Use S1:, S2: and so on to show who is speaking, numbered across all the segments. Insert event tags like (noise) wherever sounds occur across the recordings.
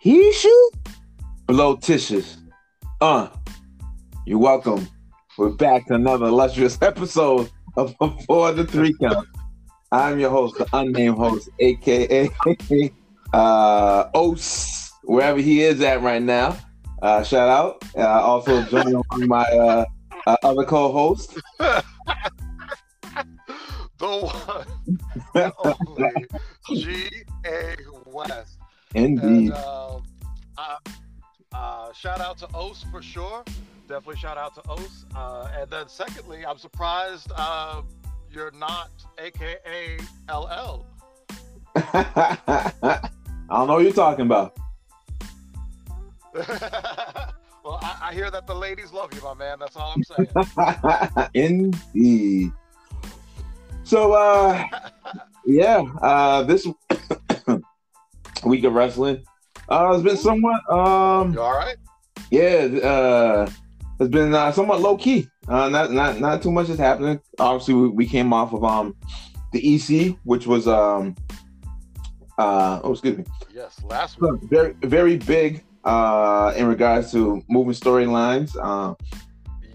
S1: He shoot?
S2: Blotitious. Uh, you're welcome. We're back to another illustrious (laughs) episode of Four to Three Count. I'm your host, the unnamed host, aka (laughs) uh, Ose, wherever he is at right now. Uh, shout out. Uh, also joined (laughs) along my uh, uh, other co-host.
S3: (laughs)
S2: (laughs)
S3: The one, the only G.A. West. And
S2: Indeed. (laughs)
S3: uh, I, uh, shout out to Ose for sure. Definitely shout out to Ose. Uh, and then secondly, I'm surprised uh, you're not AKA LL.
S2: I don't know what you're talking about.
S3: (laughs) well, I, I hear that the ladies love you, my man. That's all I'm saying.
S2: (laughs) Indeed. So, uh, yeah, uh, this (coughs) week of wrestling uh, has been somewhat, um,
S3: You all right?
S2: yeah, uh, has been uh, somewhat low key. Uh, not, not, not too much is happening. Obviously, we, we came off of um, the EC, which was, um, uh, oh, excuse me,
S3: Yes, last week.
S2: very, very big uh, in regards to moving storylines. Um,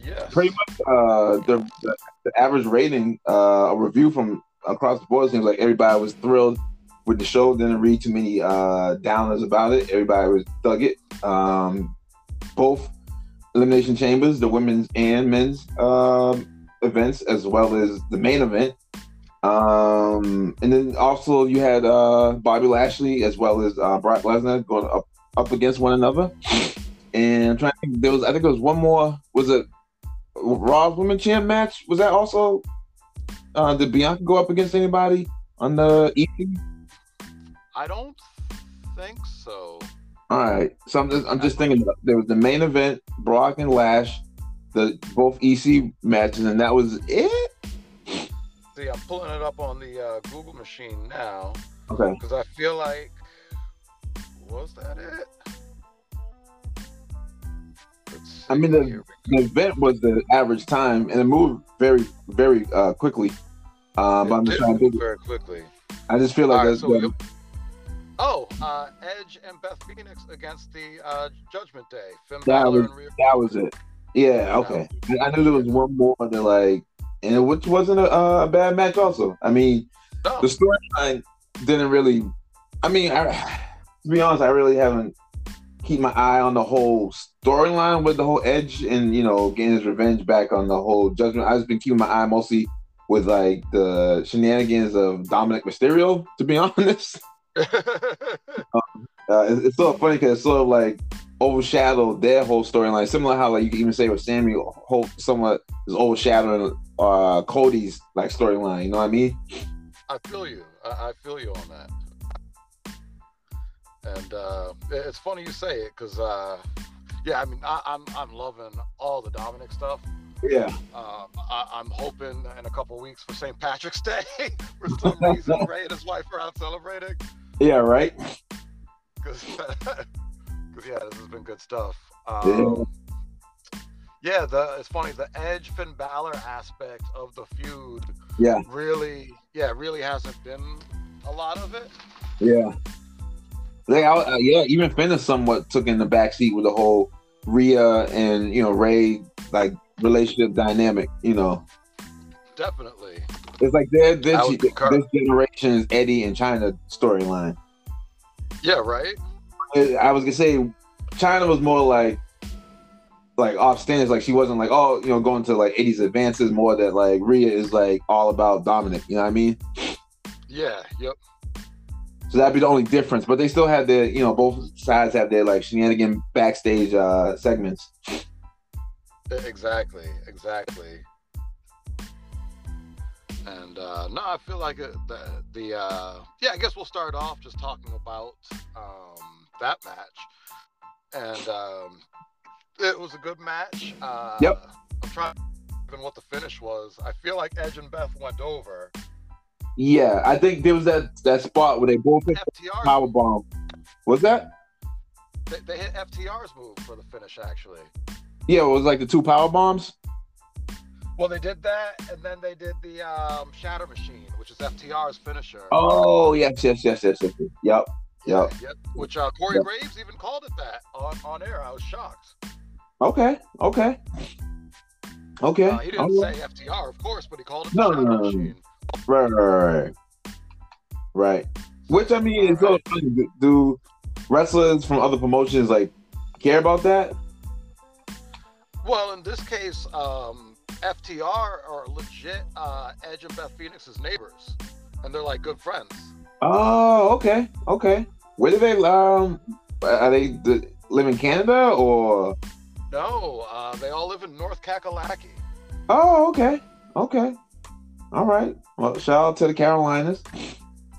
S3: Yes.
S2: pretty much uh, the, the the average rating, uh, a review from across the board seems like everybody was thrilled with the show. Didn't read too many uh, downers about it. Everybody was dug it. Um, both elimination chambers, the women's and men's um, events, as well as the main event. Um, and then also you had uh, Bobby Lashley as well as uh, Brock Lesnar going up up against one another. And I'm trying to think, there was I think there was one more was it Raw's Women Champ match was that also? Uh, did Bianca go up against anybody on the E EC?
S3: I don't think so.
S2: All right, so I'm just I'm just thinking about- there was the main event Brock and Lash, the both EC matches, and that was it.
S3: See, I'm pulling it up on the uh, Google machine now.
S2: Okay,
S3: because I feel like was that it? Let's see
S2: I mean, the-
S3: here.
S2: the event was the average time, and it moved very very uh, quickly. Uh, but I'm
S3: It
S2: just
S3: did
S2: trying to
S3: move
S2: think,
S3: very quickly.
S2: I just feel like
S3: All right,
S2: that's
S3: so
S2: the-
S3: you- oh, uh, Edge and Beth Phoenix against the uh, Judgment Day. Finn
S2: That
S3: Balor
S2: was-
S3: and Rhea
S2: that was it. Yeah, okay. I I knew there was one more that like, and it, which wasn't a, uh, a bad match. Also, I mean,
S3: No,
S2: the storyline didn't really. I mean, I, to be honest, I really haven't keep my eye on the whole storyline with the whole Edge and you know getting his revenge back on the whole Judgment. I've just been keeping my eye mostly with like the shenanigans of Dominic Mysterio. To be (laughs) honest,
S3: (laughs)
S2: uh, it's, it's so funny because it's sort of like overshadowed their whole storyline. Similar how like you can even say with Sammy, whole somewhat is overshadowing uh, Cody's like storyline. You know what I mean?
S3: I feel you. I, I feel you on that. And uh, it- it's funny you say it because, uh, yeah, I mean, I, I'm I'm loving all the Dominic stuff.
S2: Yeah.
S3: Um, I, I'm hoping in a couple weeks for St. Patrick's Day. (laughs) for some reason, Ray and his wife are out celebrating
S2: Yeah. Right.
S3: (laughs) because, yeah, this has been good stuff. Um, yeah. the it's funny the Edge Finn Balor aspect of the feud.
S2: Yeah.
S3: Really, yeah, really hasn't been a lot of it.
S2: Yeah. They all, uh, yeah, even Finn is somewhat took in the backseat with the whole Rhea and you know Ray like relationship dynamic. You know,
S3: Definitely.
S2: it's like their this,
S3: I would concur.
S2: this generation's Eddie and China storyline.
S3: Yeah. Right.
S2: I I was gonna say China was more like like off standards. Like she wasn't like oh you know going to like 80s advances. More that like Rhea is like all about Dominic. You know what I mean?
S3: Yeah. Yep.
S2: So that'd be the only difference. But they still have their you know both sides have their like shenanigan backstage uh segments.
S3: E- Exactly, exactly. And uh, no, I feel like it, the the uh, yeah. I guess we'll start off just talking about um, that match, and um, it was a good match. Uh,
S2: Yep.
S3: I'm trying to even what the finish was. I feel like Edge and Beth went over.
S2: Yeah, I think there was that that spot where they both hit the
S3: FTR,
S2: power bomb. Was that?
S3: they, they hit FTR's move for the finish actually.
S2: Yeah, it was like the two power bombs.
S3: Well, they did that, and then they did the um, Shatter Machine, which is FTR's finisher.
S2: Oh yes, yes, yes, yes, yes. yes. Yep. Yep.
S3: Yep. Which uh, Corey
S2: Yep.
S3: Graves even called it that on, on air. I was shocked.
S2: Okay. Okay. Okay.
S3: Uh, he didn't
S2: All
S3: say FTR, of course, but he called it the
S2: No,
S3: Shadow
S2: no, no, no.
S3: Machine.
S2: Right, right, right. Right. Which I mean, it's so
S3: Alright.
S2: funny. Do- Do wrestlers from other promotions like care about that?
S3: Well, in this case, um, FTR are legit uh, Edge and Beth Phoenix's neighbors, and they're like good friends.
S2: Oh, okay, okay. Where do they um? Are they d live in Canada or?
S3: No, uh, they all live in North Kakalaki.
S2: Oh, okay, okay. All right. Well, shout out to the Carolinas.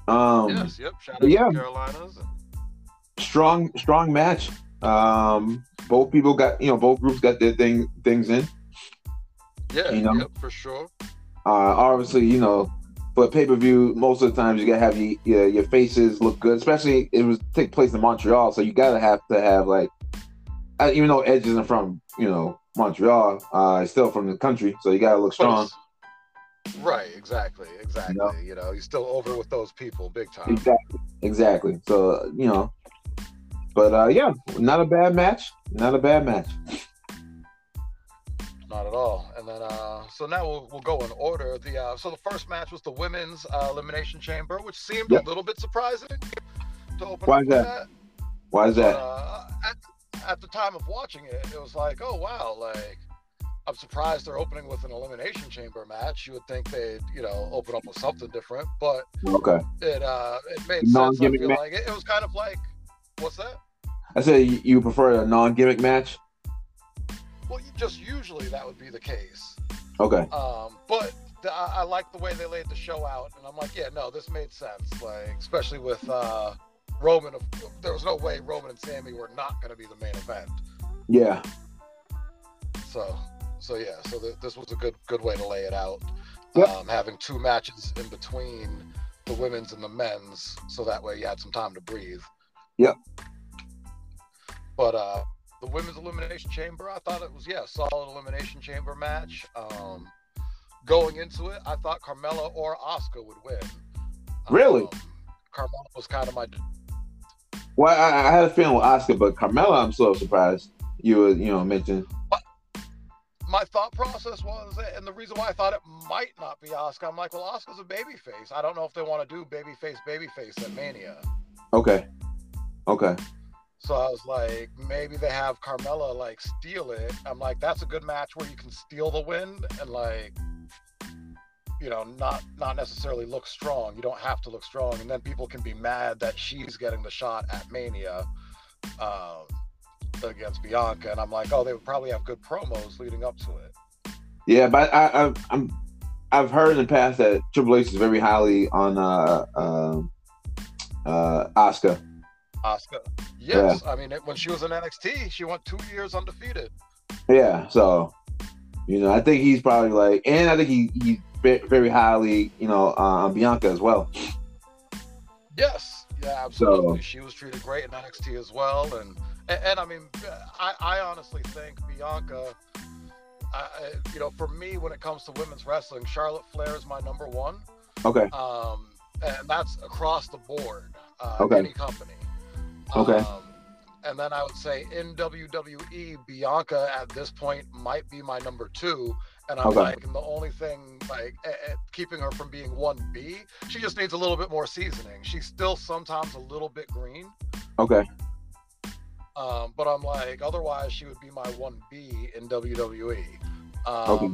S2: Um,
S3: yes, yep. Shout out
S2: yeah.
S3: to the Carolinas.
S2: strong, strong match. Um, both people got you know both groups got their thing things in.
S3: Yeah,
S2: You know?
S3: yep, for sure.
S2: uh, obviously, you know, for pay per view, most of the times you gotta have your, your your faces look good. Especially it was take place in Montreal, so you gotta have to have like, I, even though Edge isn't from you know Montreal, uh, he's still from the country, so you gotta look
S3: But
S2: strong.
S3: it's- Right, exactly, exactly.
S2: know?
S3: You know, he's still over with those people big time.
S2: Exactly, exactly. So you know, but uh, yeah, not a bad match. Not a bad match.
S3: Not at all. And then, uh, so now we'll, we'll go in order. The uh, so the first match was the women's uh, elimination chamber, which seemed
S2: Yeah.
S3: a little bit surprising to open
S2: Why
S3: up
S2: is
S3: with
S2: that?
S3: that.
S2: Why is that?
S3: Uh, at, at the time of watching it, it was like, oh wow, like I'm surprised they're opening with an elimination chamber match. You would think they'd, you know, open up with something different, but
S2: Okay,
S3: it uh, it made sense. I
S2: Non-gimmick
S3: feel
S2: ma-
S3: like it, it was kind of like, what's that?
S2: I said you, you prefer a non gimmick match.
S3: Well, you just usually that would be the case.
S2: Okay,
S3: Um, but the, I, I like the way they laid the show out, and I'm like, yeah, no, this made sense. Like, especially with uh, Roman, of there was no way Roman and Sammy were not going to be the main event.
S2: yeah,
S3: So, so yeah, so th- this was a good good way to lay it out.
S2: Yep.
S3: Um, having two matches in between the women's and the men's, so that way you had some time to breathe.
S2: Yep.
S3: But uh, the women's elimination chamber, I thought it was yeah, a solid elimination chamber match. Um, going into it, I thought Carmella or Oscar would win.
S2: Really?
S3: Um, Carmella was kind of my
S2: Well, I, I had a feeling with Oscar, but Carmella, I'm so surprised you were, you know, mentioned.
S3: my thought process was, and the reason why I thought it might not be Oscar, I'm like, well, Oscar's a babyface. I don't know if they want to do babyface, babyface at Mania.
S2: Okay, okay,
S3: So I was like, maybe they have Carmella like steal it. I'm like, that's a good match where you can steal the win and like, you know, not not necessarily look strong. You don't have to look strong, and then people can be mad that she's getting the shot at Mania um, against Bianca. And I'm like, oh, they would probably have good promos leading up to it.
S2: yeah, but I, I, I'm, I've heard in the past that Triple H is very highly on uh, um uh, Oscar.
S3: Oscar. Yes, I mean it, when she was in NXT, she went two years undefeated.
S2: Yeah, so you know, I think he's probably like, and I think he he's ve- very highly, you know, uh, on Bianca as well.
S3: Yes, yeah, absolutely. She was treated great in NXT as well, and and, and I mean, I, I honestly think Bianca. I, I- you know, for me, when it comes to women's wrestling, Charlotte Flair is my number one,
S2: Okay,
S3: um, and that's across the board, uh,
S2: Okay.
S3: any company.
S2: Okay.
S3: Um, and then I would say in WWE, E, Bianca at this point might be my number two. And I'm
S2: Okay.
S3: like, and the only thing like eh, eh, keeping her from being 1B, she just needs a little bit more seasoning. She's still sometimes a little bit green.
S2: okay,
S3: Um, but I'm like, otherwise, she would be my 1B in WWE. Um,
S2: Okay.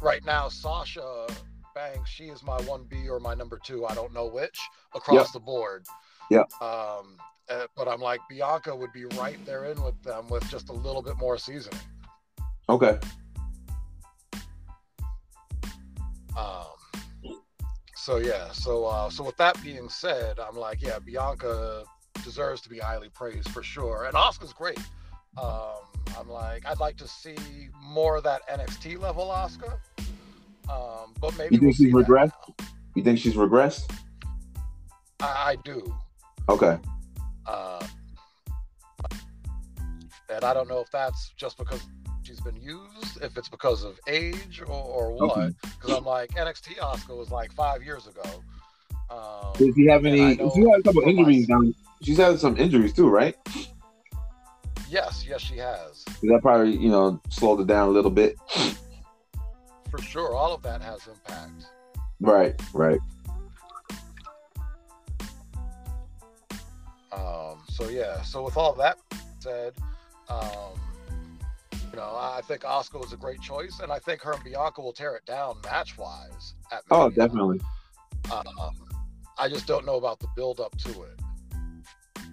S3: Right now, Sasha Banks, she is my 1B or my number two. I don't know which across the board.
S2: Yep.
S3: Um, uh, but I'm like, Bianca would be right there in with them with just a little bit more seasoning.
S2: okay.
S3: Um, so yeah, so uh, so with that being said, I'm like, yeah, Bianca deserves to be highly praised for sure, and Oscar's great. Um, I'm like, I'd like to see more of that NXT level Oscar, um, but maybe
S2: You think
S3: we'll
S2: she's
S3: see that
S2: regressed?
S3: now.
S2: You think she's regressed?
S3: I, I do,
S2: Okay,
S3: uh, and I don't know if that's just because she's been used, if it's because of age or, or what.
S2: Okay.
S3: Because I'm like, NXT Oscar was like five years ago. Um,
S2: Does he have
S3: and
S2: any?
S3: I know
S2: She had a couple
S3: for
S2: injuries.
S3: myself-
S2: Down, she's had some injuries too, right?
S3: Yes, yes, she has.
S2: That probably you know slowed it down a little bit.
S3: For sure, all of that has impact.
S2: Right, right.
S3: Um, so yeah, so with all that said, um, you know, I think Oscar was a great choice, and I think her and Bianca will tear it down match wise.
S2: Oh, definitely.
S3: Um, I just don't know about the build up to it.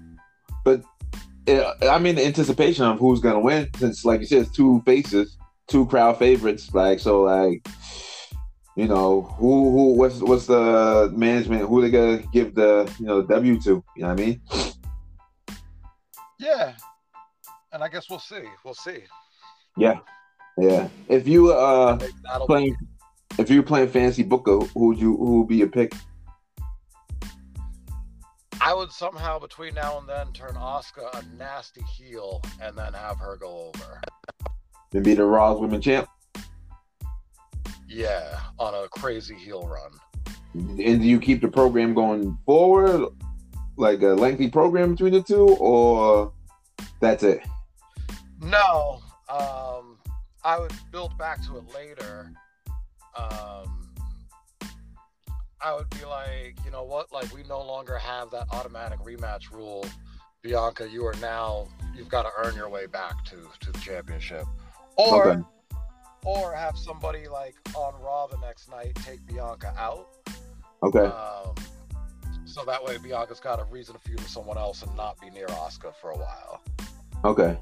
S2: Yeah, I mean, the anticipation of who's gonna win, since like you said, it's two faces, two crowd favorites. Like so, like you know, who who what's what's the management? Who they gonna give the you know the W to? You know what I mean?
S3: Yeah, and I guess we'll see. We'll see.
S2: Yeah. If you uh
S3: Maybe that'll be-
S2: playing, if you were playing fancy booker, who would you who would be your pick?
S3: I would somehow between now and then turn Oscar a nasty heel and then have her go over.
S2: And be the Raw Women Champ?
S3: Yeah, on a crazy heel run.
S2: And do you keep the program going forward, like a lengthy program between the two, or that's it?
S3: No, um, I would build back to it later. Um, I would be like, you know what? Like, we no longer have that automatic rematch rule. Bianca, you are now, you've got to earn your way back to, to the championship. Or,
S2: Okay.
S3: or have somebody like on Raw the next night take Bianca out.
S2: Okay.
S3: Um, so that way, Bianca's got a reason to feud with someone else and not be near Oscar for a while.
S2: Okay.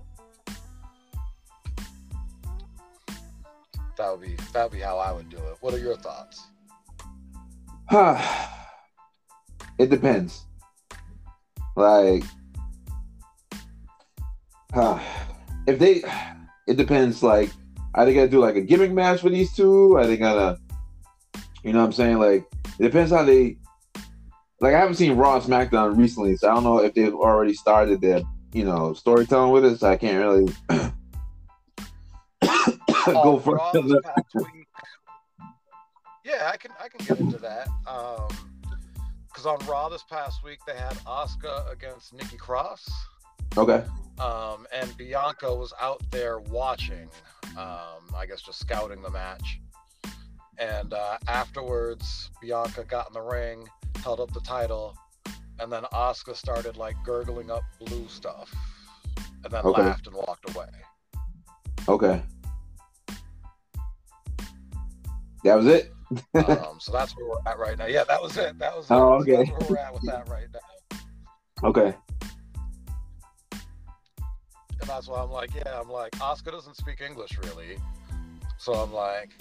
S3: That would be that would be how I would do it. What are your thoughts?
S2: (sighs) it depends. Like, (sighs) huh, if they, (sighs) it depends. Like, are they gonna do like a gimmick match for these two? Are they gonna, you know, what I'm saying? Like, it depends how they. Like, I haven't seen Raw and SmackDown recently, so I don't know if they've already started their, you know, storytelling with it. So I can't really (coughs) (laughs) go
S3: On Raw this
S2: further.
S3: past week- yeah, I can I can get into that. Um, because on Raw this past week they had Oscar against Nikki Cross,
S2: Okay.
S3: um, and Bianca was out there watching. Um, I guess just scouting the match. And uh, afterwards, Bianca got in the ring, held up the title, and then Oscar started like gurgling up blue stuff, and then
S2: Okay.
S3: laughed and walked away.
S2: Okay. That was it.
S3: um, so that's where we're at right now. Yeah, that was it. That was
S2: Oh,
S3: it.
S2: okay.
S3: That's where we're at with that right now.
S2: Okay.
S3: And that's why I'm like, yeah, I'm like, Oscar doesn't speak English really. So I'm like,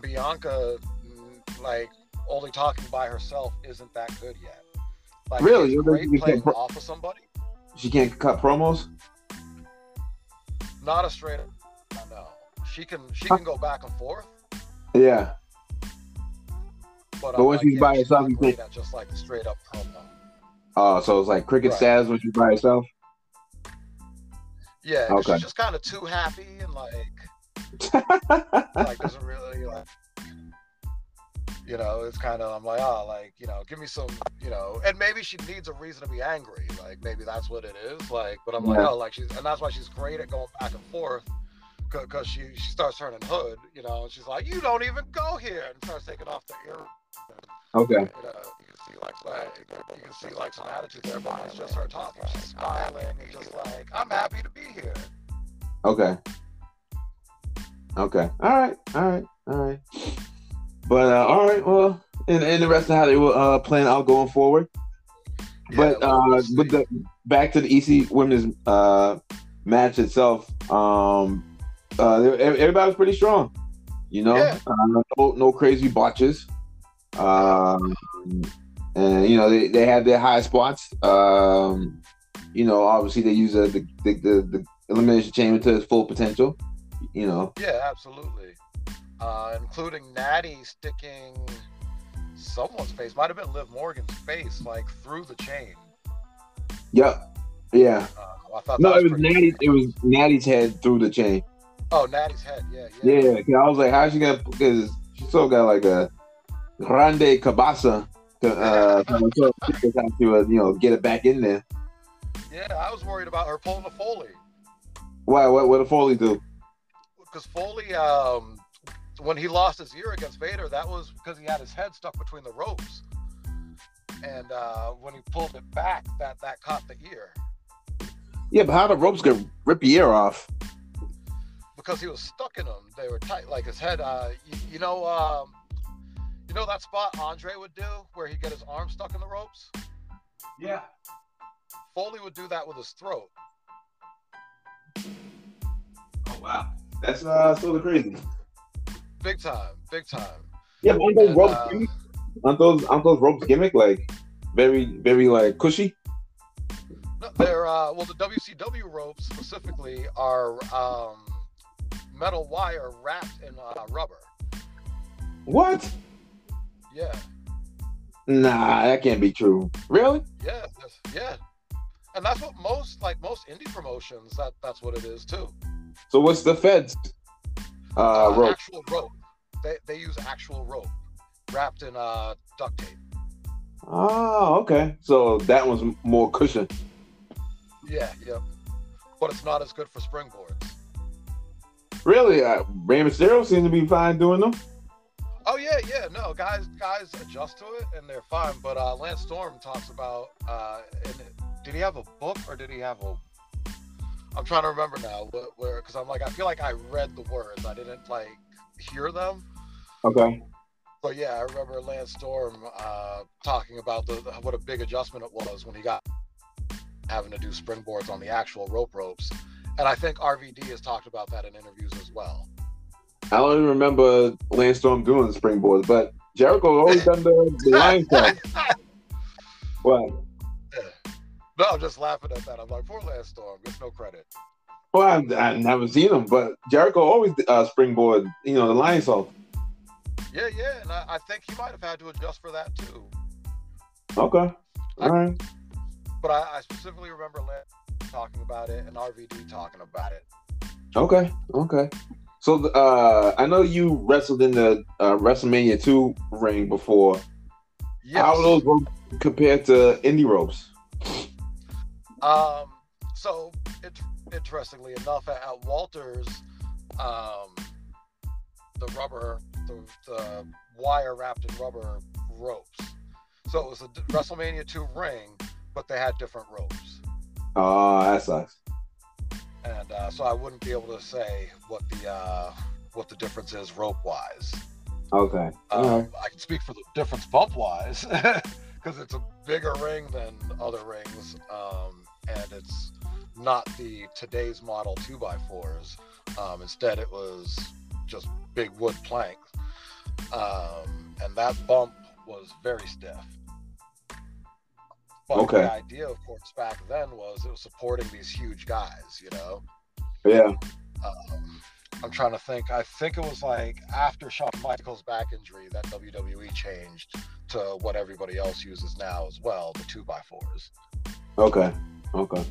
S3: Bianca, mm, like, only talking by herself isn't that good yet. Like,
S2: Really?
S3: it's
S2: You don't
S3: great
S2: think you
S3: playing
S2: can pro-
S3: off of somebody.
S2: She can't cut promos.
S3: Not a straight up. No, she can she can go back and forth,
S2: Yeah.
S3: but,
S2: But
S3: I'm
S2: when
S3: like,
S2: she's
S3: yeah,
S2: by herself,
S3: not
S2: you
S3: great at just like the straight up promo.
S2: Oh, so it's like cricket
S3: Right.
S2: status when she's by herself. (laughs)
S3: Yeah, 'cause
S2: Okay.
S3: she's just kind of too happy and like like doesn't really like you know it's kind of i'm like oh like you know give me some you know and maybe she needs a reason to be angry like maybe that's what it is like but i'm like
S2: Yeah.
S3: oh like she's and that's why she's great at going back and forth because she she starts turning hood you know and she's like you don't even go here and starts taking off the ear
S2: okay.
S3: you know you can see like like you can see like some attitude there but it's just her talking she's smiling and just like i'm happy to be here
S2: Okay. Okay. All right. All right. All right. But uh, all right. Well, and and the rest of how they will uh, plan out going forward.
S3: Yeah,
S2: but
S3: we'll-
S2: uh,
S3: we'll see.
S2: but the back to the EC women's uh match itself. Um, uh, they- ev- everybody was pretty strong. You know,
S3: Yeah.
S2: uh, no, no crazy botches. Um, and you know they, they had their high spots. Um, you know, obviously they use uh, the, the the the elimination chamber to its full potential. You know,
S3: Yeah, absolutely. Uh, including Natty sticking someone's face, might have been Liv Morgan's face, like through the chain.
S2: yep, yeah.
S3: Uh, I thought
S2: No,
S3: that
S2: it was
S3: pretty-
S2: Natty. It was Natty's head through the chain.
S3: Oh, Natty's head. Yeah, yeah.
S2: Yeah, 'cause I was like, how's she gonna? Because she still got like a grande cabasa to uh, to uh, you know get it back in there.
S3: Yeah, I was worried about her pulling a Foley
S2: Why? What? What did Foley do?
S3: because Foley, um, when he lost his ear against Vader, that was because he had his head stuck between the ropes, and uh, when he pulled it back, that that caught the ear
S2: Yeah, but how the ropes could rip your ear off?
S3: because he was stuck in them. They were tight, like his head. Uh, you, you know, um, you know that spot Andre would do where he would get his arm stuck in the ropes.
S1: Yeah.
S3: Foley would do that with his throat.
S1: Oh wow.
S2: That's uh, sort of crazy.
S3: Big time, big time.
S2: Yeah, but aren't those
S3: And,
S2: ropes
S3: uh,
S2: gimmick? Aren't those aren't those ropes gimmick like very very like cushy?
S3: No, they're uh, well, the WCW ropes specifically are um, metal wire wrapped in uh, rubber.
S2: What?
S3: Yeah,
S2: Nah, that can't be true. Really?
S3: yeah, that's, yeah. And that's what most like most indie promotions that that's what it is too.
S2: So what's the feds? Uh,
S3: Uh,
S2: rope.
S3: Actual rope. They they use actual rope wrapped in uh, duct tape.
S2: Oh, okay. So that one's m- more cushion.
S3: Yeah, yeah. But it's not as good for springboards.
S2: Really, uh, Rey Mysterio seems to be fine doing them.
S3: Oh yeah, yeah. No, guys, guys adjust to it and they're fine. But uh, Lance Storm talks about. Uh, and did he have a book or did he have a? I'm trying to remember now wh- where because I'm like I feel like I read the words. I didn't like hear them.
S2: Okay.
S3: But yeah, I remember Lance Storm uh, talking about the, the- what a big adjustment it was when he got having to do springboards on the actual rope ropes. And I think RVD has talked about that in interviews as well.
S2: I only remember Lance Storm doing the springboards, but Jericho always done the, the (laughs) lion tail. Well,
S3: No, I'm just laughing at that. I'm like, poor Lance Storm gets no credit.
S2: well, I, I never seen him, but Jericho always uh, springboard. You know the lion salt.
S3: Yeah, yeah, and I, I think he might have had to adjust for that too.
S2: Okay. All right.
S3: But I, I specifically remember Lance talking about it and RVD talking about it.
S2: Okay. Okay. So th- uh, I know you wrestled in the uh, WrestleMania two ring before.
S3: Yes.
S2: How are those ropes compared to indie ropes?
S3: Um, so it, interestingly enough, at, at Walters, um, the rubber, the, the wire wrapped in rubber ropes. So it was a d- WrestleMania 2 ring, but they had different ropes.
S2: Oh, that sucks.
S3: And uh, so I wouldn't be able to say what the uh, what the difference is rope wise.
S2: Okay.
S3: Um,
S2: All right.
S3: I can speak for the difference bump (laughs) wise because it's a bigger ring than other rings, um, and it's not the today's model two by fours. Um, instead, it was just big wood planks, um, and that bump was very stiff. But
S2: Okay.
S3: the idea, of course, back then was it was supporting these huge guys, you know.
S2: Yeah.
S3: Um, I'm trying to think. I think it was like after Shawn Michaels' back injury that WWE changed to what everybody else uses now as well, the two by fours.
S2: Okay. Okay.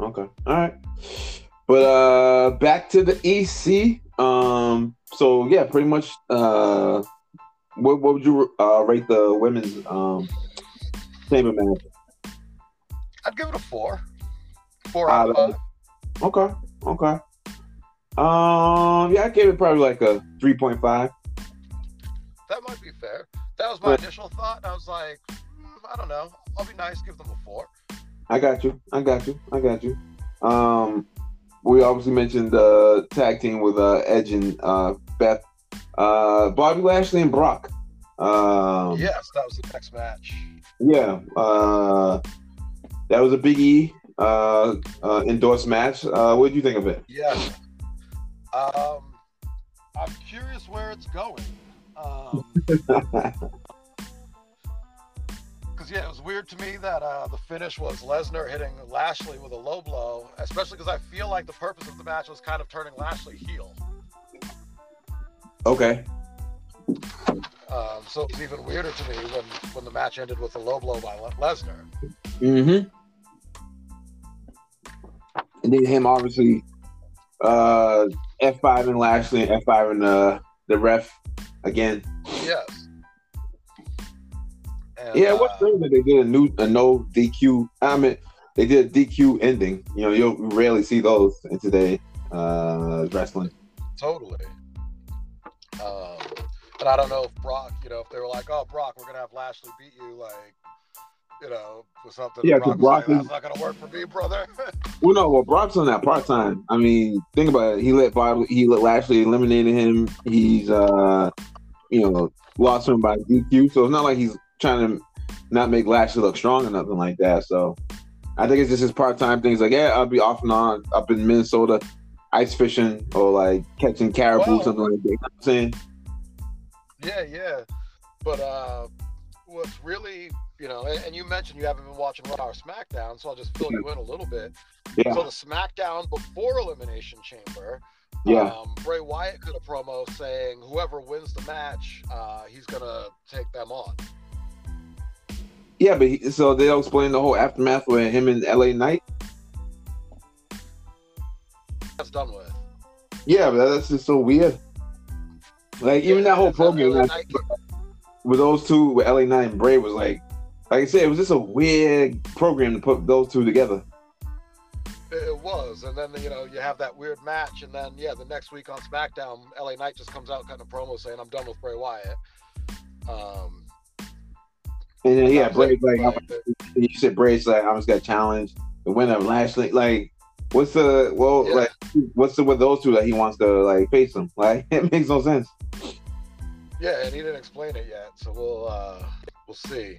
S2: Okay. All right. But uh back to the EC. Um so yeah, pretty much uh what, what would you uh rate the women's um chamber match?
S3: I'd give it a four. Four out of
S2: Out of-
S3: five.
S2: Okay. Okay. Um yeah, I gave it probably like a 3.5.
S3: That might be fair. That was my initial thought. I was like, mm, I don't know. I'll be nice, give them a four.
S2: I got you. I got you. I got you. Um, we obviously mentioned the tag team with uh, Edge and uh, Beth, uh, Bobby Lashley and Brock. Um, yeah.
S3: Yes, that was the next match.
S2: uh, that was a Big E uh, uh, endorsed match. Uh, what do you think of it?
S3: Yes. Um, I'm curious where it's going.
S2: (laughs)
S3: Um, Because yeah, it was weird to me that uh, the finish was Lesnar hitting Lashley with a low blow, especially because I feel like the purpose of the match was kind of turning Lashley heel.
S2: okay.
S3: Um, so it was even weirder to me when when the match ended with a low blow by Le- Lesnar.
S2: Mm-hmm. And then him obviously uh, F five and Lashley and F five and uh, the ref again.
S3: Yes. And,
S2: Yeah, it was
S3: uh,
S2: strange that they did a new a no DQ. I mean, they did a DQ ending. You know, you will rarely see those in today uh, wrestling.
S3: Totally. Um, and I don't know if Brock, you know, if they were like, "Oh, Brock, we're gonna have Lashley beat you," like, you know, for something.
S2: Yeah, 'cause
S3: Brock,
S2: Brock
S3: was like,
S2: is-
S3: that's not gonna work for me, brother. (laughs)
S2: Well, no, well Brock's on that part time. I mean, think about it. He let Bob, he let Lashley eliminated him. He's uh, you know, lost him by DQ. So it's not like he's trying to not make Lashley look strong or nothing like that. So I think it's just his part time things. Like, yeah, I'll be off and on up in Minnesota, ice fishing or like catching caribou,
S3: Well-
S2: something like that. You know what I'm saying.
S3: yeah, yeah. But uh, what's really, you know, and, and you mentioned you haven't been watching Raw or SmackDown, so I'll just fill you in a little bit.
S2: Yeah.
S3: So the SmackDown before Elimination Chamber,
S2: Yeah.
S3: um, Bray Wyatt cut a promo saying whoever wins the match, uh, he's gonna take them on.
S2: Yeah, but he, so they'll explain the whole aftermath with him and LA Knight.
S3: That's done with.
S2: Yeah, but that's just so weird. Like even that whole
S3: Is that
S2: program
S3: LA
S2: like,
S3: Knight?
S2: with those two, with LA Knight and Bray was like, like I said, it was just a weird program to put those two together.
S3: It it was, and then you know you have that weird match, and then yeah, the next week on SmackDown, LA Knight just comes out cutting a promo saying, "I'm done with Bray Wyatt." Um,
S2: And then yeah,
S3: that was
S2: Bray's
S3: it.
S2: like, I'm- you said Bray's like, I just got challenged. The winner of Lashley, like, what's the well,
S3: Yeah.
S2: like, what's the with those two that he wants to like face them? (laughs) Like, it makes no sense.
S3: yeah, and he didn't explain it yet, so we'll uh, we'll see.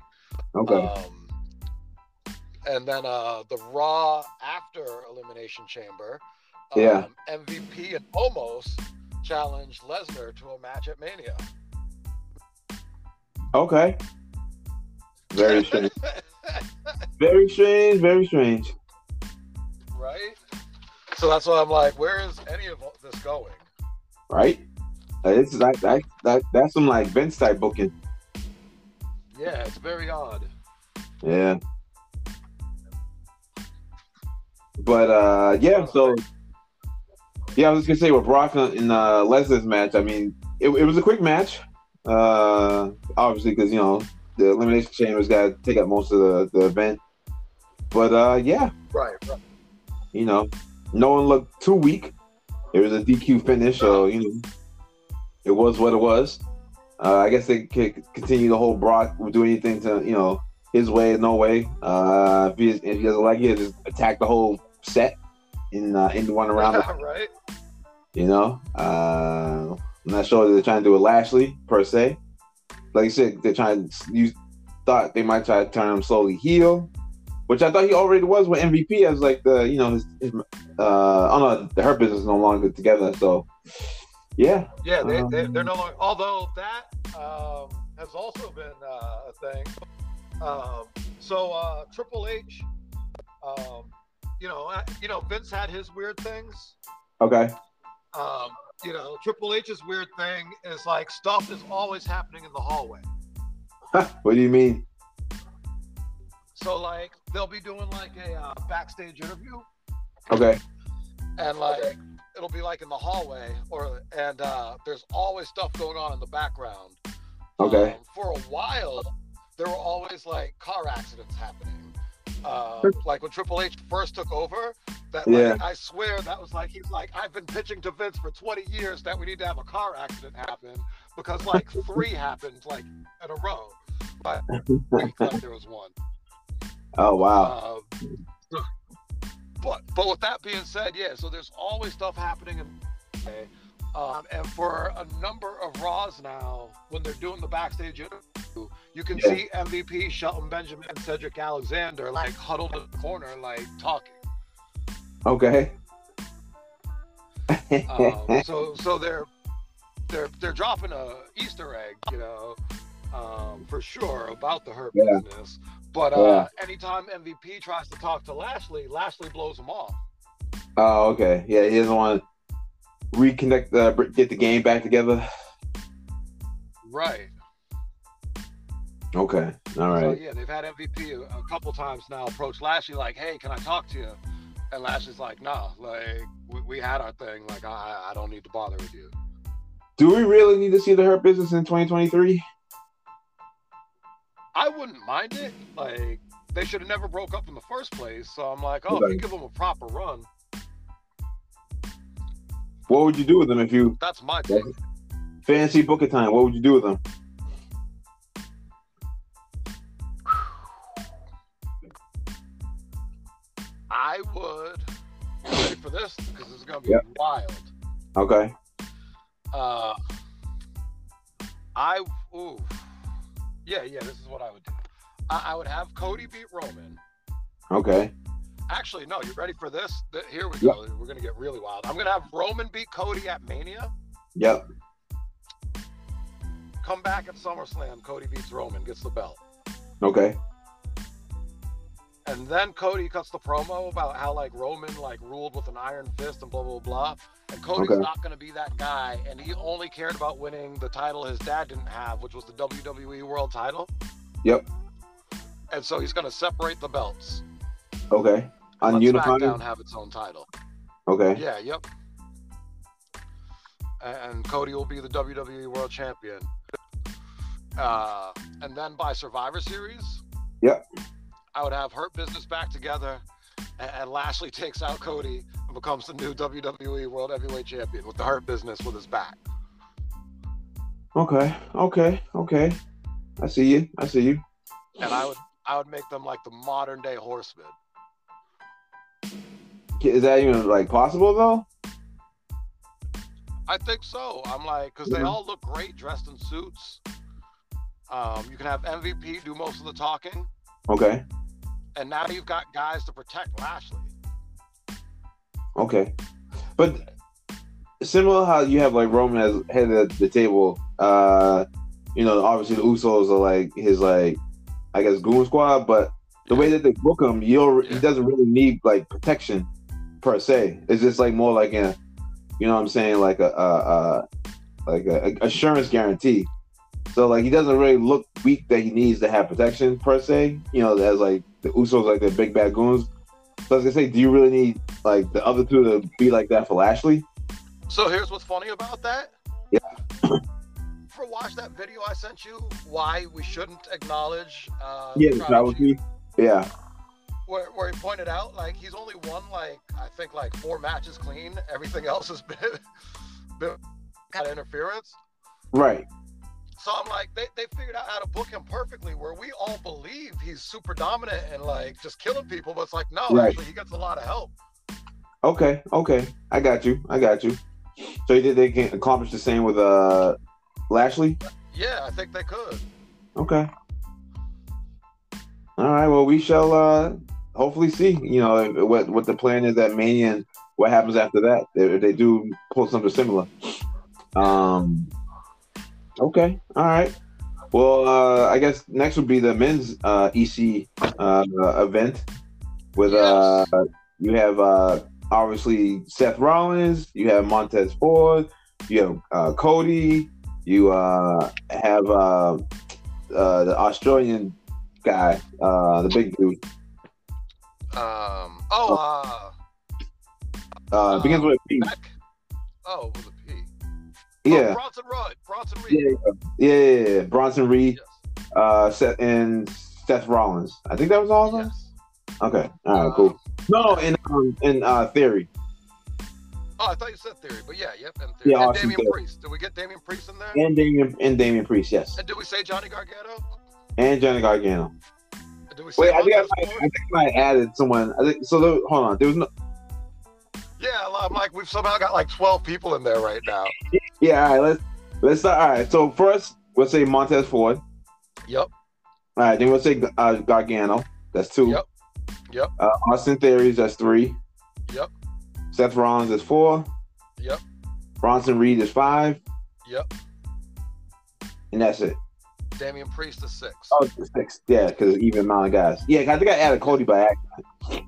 S2: Okay,
S3: Um, and then uh, the Raw after Elimination Chamber, um,
S2: Yeah.
S3: MVP and almost challenged Lesnar to a match at Mania.
S2: okay. Very
S3: (laughs)
S2: strange. Very strange. Very strange.
S3: right? So that's why I'm like, where is any of this going?
S2: right? Like, it's like that, that that's some like Vince type booking.
S3: Yeah, it's very odd.
S2: Yeah. But uh yeah, so yeah, I was just gonna say with Brock in uh, Lesnar's match. I mean, it, it was a quick match, uh, obviously because you know the elimination chambers got to take up most of the, the event. But uh yeah,
S3: Right, right.
S2: you know, no one looked too weak. It was a DQ finish, so you know, it was what it was. Uh, I guess they could continue the whole Brock do anything to you know his way, no way. Uh, if, he, if he doesn't like it, just attack the whole set and uh, end one (laughs) around. the-
S3: (laughs) right?
S2: you know, uh, I'm not sure they're trying to do it Lashley per se. Like you said, they're trying. You thought they might try to turn him slowly heel, which I thought he already was with MVP as like the you know his, his uh oh no the her business is no longer together. So yeah,
S3: Yeah, they, they,
S2: Um,
S3: they're no longer. Although that um, has also been uh, a thing. Um, so uh, Triple H, um, you know, I, you know, Vince had his weird things.
S2: okay, (laughs)
S3: Um, you know, Triple H's weird thing is like stuff is always happening in the hallway.
S2: what do you mean?
S3: So like they'll be doing like a uh, backstage interview
S2: Okay,
S3: and like it'll be like in the hallway or and uh there's always stuff going on in the background
S2: Okay.
S3: Um, for a while there were always like car accidents happening uh, like when Triple H first took over, that like,
S2: Yeah.
S3: I swear that was like he's like I've been pitching to Vince for 20 years that we need to have a car accident happen because like
S2: (laughs)
S3: three happened like in a row, but like, there was one.
S2: oh wow,
S3: Uh, but but with that being said, yeah. So there's always stuff happening in. Um, and for a number of Raws now, when they're doing the backstage interview, you can
S2: Yeah.
S3: see MVP, Shelton Benjamin, and Cedric Alexander like huddled in the corner, like
S2: (laughs)
S3: talking.
S2: okay. (laughs)
S3: Um, so so they're they're they're dropping a Easter egg, you know, um, for sure about the herb
S2: Yeah.
S3: business. But uh, anytime MVP tries to talk to Lashley, Lashley blows him off.
S2: oh okay, yeah, he doesn't want to reconnect, uh, br- get the game back together.
S3: Right.
S2: Okay, all right.
S3: So yeah, they've had MVP a, a couple times now approach Lashley like, "Hey, can I talk to you?" And Lashley's like, "Nah, like we, we had our thing. Like I I- I don't need to bother with you."
S2: Do we really need to see the Hurt Business in 2023?
S3: I wouldn't mind it. Like they should have never broke up in the first place. So I'm like, oh, if you give them a proper run,
S2: What would you do with them if you
S3: that's my take.
S2: fancy Booker time? What would you do with them?
S3: I would ready for this because it's gonna be
S2: Yep.
S3: wild.
S2: Okay.
S3: Uh, I ooh, yeah, yeah. This is what I would do. I, I would have Cody beat Roman.
S2: Okay.
S3: Actually, no. You ready for this? Th- Here we
S2: Yep.
S3: go. We're gonna get really wild. I'm gonna have Roman beat Cody at Mania.
S2: Yep.
S3: Come back at SummerSlam. Cody beats Roman, gets the belt,
S2: Okay.
S3: and then Cody cuts the promo about how like Roman like ruled with an iron fist and blah blah blah. And Cody's
S2: Okay.
S3: not gonna be that guy, and he only cared about winning the title his dad didn't have, which was the WWE World Title.
S2: Yep.
S3: And so he's gonna separate the belts.
S2: Okay.
S3: Let
S2: Ununified.
S3: SmackDown have its own title.
S2: Okay.
S3: Yeah, yep. A- And Cody will be the WWE World Champion. Uh, and then by Survivor Series,
S2: Yep.
S3: I would have Hurt Business back together, a- and Lashley takes out Cody and becomes the new WWE World Heavyweight Champion with the Hurt Business with his back.
S2: Okay. Okay. Okay. I see you. I see you.
S3: And I would I would make them like the modern day Horsemen.
S2: Is that even like possible though?
S3: I think so. I'm like, because they
S2: Mhm.
S3: all look great dressed in suits. Um, you can have MVP do most of the talking.
S2: Okay.
S3: and now you've got guys to protect Lashley.
S2: Okay. But similar how you have like Roman as head of the table, uh, you know, obviously the Usos are like his like I guess goon squad, but the way that they book him, you'll, he doesn't really need like protection per se. It's just like more like a, you know, what I'm saying like a, a, a like a, a assurance guarantee. So like he doesn't really look weak that he needs to have protection per se. You know, as like the Usos like the big bad goons. So I was gonna say, do you really need like the other two to be like that for Lashley?
S3: So here's what's funny about that. (coughs)
S2: Yeah.
S3: For watch that video I sent you, why we shouldn't acknowledge. Uh,
S2: the
S3: Tribal
S2: Tribal
S3: Chief,
S2: Chief. Yeah.
S3: Where, where he pointed out, like he's only won like I think like four matches clean. Everything (laughs) else has been, been kind of interference.
S2: Right.
S3: So I'm like, they, they figured out how to book him perfectly. Where we all believe he's super dominant and like just killing people, but it's like no,
S2: Right.
S3: actually he gets a lot of help.
S2: Okay. Okay. I got you. I got you. So you think they can accomplish the same with uh Lashley?
S3: Yeah, I think they could.
S2: Okay. All right. Well, we shall uh hopefully see. You know what what the plan is at Mania and what happens after that. If they do pull something similar. Um. Okay. All right. Well, uh, I guess next would be the men's uh, EC uh, event with uh, you have uh, obviously Seth Rollins, you have Montez Ford, you have uh, Cody, you uh, have uh, uh, the Australian guy, uh, the big dude.
S3: Um. Oh. Uh.
S2: Uh, begins with a P.
S3: Beck. Oh, with a P. Oh,
S2: Yeah,
S3: Bronson Rudd. Bronson Reed.
S2: yeah, yeah, yeah, yeah. Bronson Reed,
S3: Yes.
S2: uh, Seth, and Seth Rollins. I think that was all of them.
S3: yes.
S2: Okay, all right, Ah, cool.
S3: Um,
S2: No, and um, and uh, Theory.
S3: oh, I thought you said theory, but yeah, yep. And theory.
S2: Yeah,
S3: and
S2: Austin
S3: Damian
S2: Theory.
S3: Priest. Did we get Damian Priest in there?
S2: and Damian and Damian Priest, yes,
S3: And did we say Johnny Gargano?
S2: and Johnny Gargano.
S3: And Did we say
S2: Wait, I think I, might,
S3: Montez
S2: I
S3: Ford?
S2: think I might added someone. I think so. There, hold on, there was no.
S3: Yeah, I'm like we've somehow got like 12 people in there right now.
S2: Yeah, all right, let's let's start. All right, so first we'll say Montez Ford.
S3: Yep.
S2: All right, then we'll say uh, Gargano. That's two.
S3: Yep. Yep.
S2: Uh, Austin Theories. That's three.
S3: Yep.
S2: Seth Rollins is four.
S3: Yep.
S2: Bronson Reed is five.
S3: Yep.
S2: And that's it.
S3: Damian Priest is six.
S2: Oh, it's six. Yeah, because even amount of guys. Yeah, I think I added Cody by accident.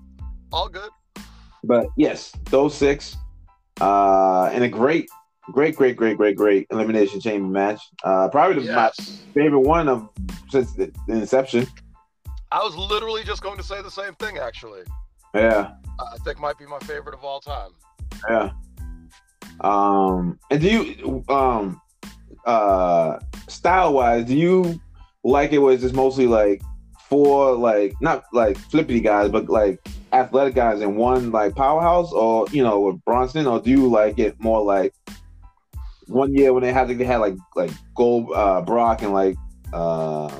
S3: All good.
S2: But yes, those six, uh, and a great, great, great, great, great, great elimination chamber match. Uh, probably the, my
S3: Yes.
S2: favorite one of since the the inception.
S3: I was literally just going to say the same thing actually.
S2: Yeah,
S3: I I think might be my favorite of all time.
S2: yeah. Um, and do you, um, uh, style wise, do you like it was just mostly like four like not like flippity guys, but like athletic guys in one like powerhouse, or you know with Bronson, or do you like it more like one year when they had they had like like Gold uh, Brock and like uh,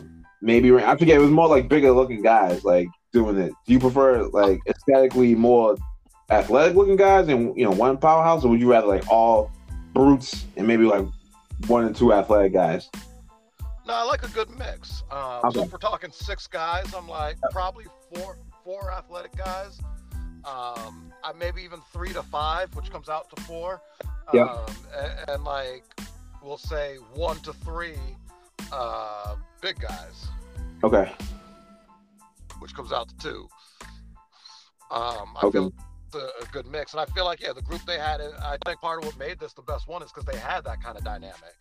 S2: maybe I forget it was more like bigger looking guys like doing it. Do you prefer like aesthetically more athletic looking guys and you know one powerhouse, or would you rather like all brutes and maybe like one or two athletic guys?
S3: No, I like a good mix. Um,
S2: Okay.
S3: So if we're talking six guys, I'm like probably four four athletic guys. Um, I maybe even three to five, which comes out to four.
S2: Yeah.
S3: Um, and, and like we'll say one to three uh, big guys,
S2: Okay,
S3: which comes out to two. Um, I
S2: Okay.
S3: feel it's a, a good mix, and I feel like yeah, the group they had. and I think part of what made this the best one is because they had that kind of dynamic.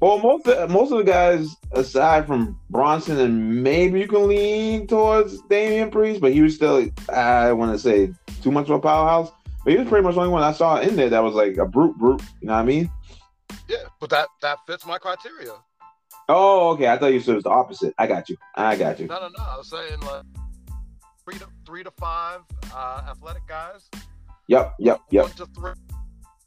S2: well most of, most of the guys aside from Bronson and maybe you can lean towards Damian Priest, but he was still I want to say too much of a powerhouse. But he was pretty much the only one I saw in there that was like a brute brute. You know what I mean?
S3: Yeah, but that that fits my criteria.
S2: Oh, okay. I thought you said it was the opposite. I got you. I got you.
S3: No, no, no. I was saying like three to three to five uh, athletic guys.
S2: Yep, yep, yep.
S3: One to three.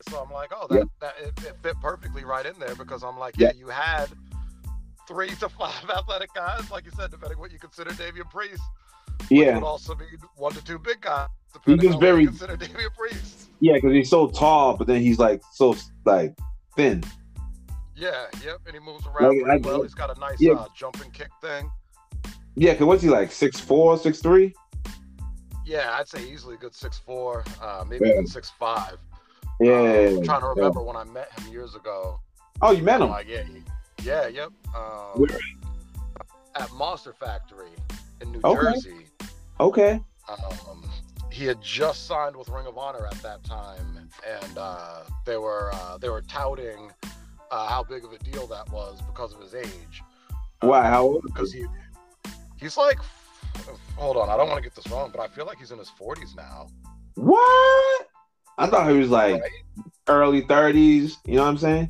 S3: So I'm like, oh, that,
S2: Yep.
S3: that it, it fit perfectly right in there because I'm like, yeah,
S2: Yeah.
S3: you had three to five (laughs) athletic guys, like you said, depending what you consider Davian Priest. which
S2: Yeah,
S3: Would also be one to two big guys,
S2: He was
S3: depending on what
S2: very-
S3: you consider Davian Priest.
S2: yeah, because he's so tall, but then he's like so like thin.
S3: Yeah, yep. And he moves around
S2: Like, I-
S3: pretty well. He's got a nice
S2: yeah.
S3: uh, jump and kick thing.
S2: Yeah, because what's he like six four, six three?
S3: Yeah, I'd say easily a good six four, uh, maybe
S2: Yeah.
S3: even six five.
S2: Yeah.
S3: I'm trying to
S2: yeah.
S3: remember when I met him years ago.
S2: Oh, you met
S3: I'm
S2: him?
S3: Like, yeah, he- yeah, yep. Um,
S2: Where?
S3: at Monster Factory in New
S2: Okay.
S3: Jersey.
S2: Okay.
S3: Um, he had just signed with Ring of Honor at that time, and uh, they were uh, they were touting uh, how big of a deal that was because of his age. uh,
S2: Why? How old?
S3: Because he he's like, hold on, I don't want to get this wrong, but I feel like he's in his 40s now.
S2: What? I thought he was like
S3: Right?
S2: early thirties. You know what I'm saying?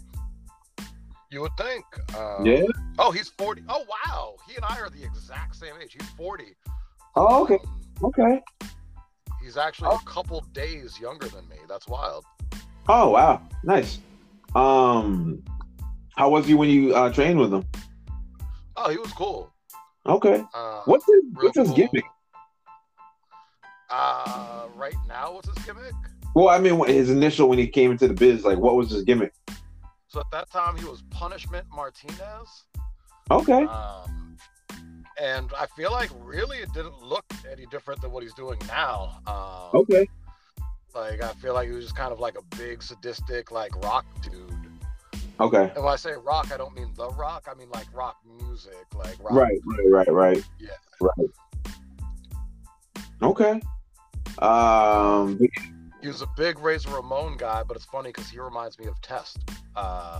S3: You would think. Um,
S2: yeah.
S3: Oh, he's 40. Oh, wow. He and I are the exact same age. He's 40.
S2: Oh, okay.
S3: Um,
S2: Okay.
S3: He's actually a couple days younger than me. That's wild.
S2: Oh wow, nice. Um, how was he when you uh, trained with him?
S3: Oh, he was cool.
S2: Okay.
S3: Um,
S2: What's his
S3: real
S2: What's his
S3: cool.
S2: gimmick?
S3: Uh, right now, what's his gimmick?
S2: Well, I mean, his initial when he came into the biz, like, what was his gimmick?
S3: So at that time, he was Punishment Martinez.
S2: Okay.
S3: Um, and I feel like really it didn't look any different than what he's doing now. Um,
S2: Okay.
S3: Like, I feel like he was just kind of like a big, sadistic, like rock dude.
S2: Okay.
S3: And when I say rock, I don't mean the rock. I mean like rock music, like rock.
S2: Right, right, right, right.
S3: Yeah.
S2: Right. Okay. Um
S3: He was a big Razor Ramon guy, but it's funny because he reminds me of Test uh,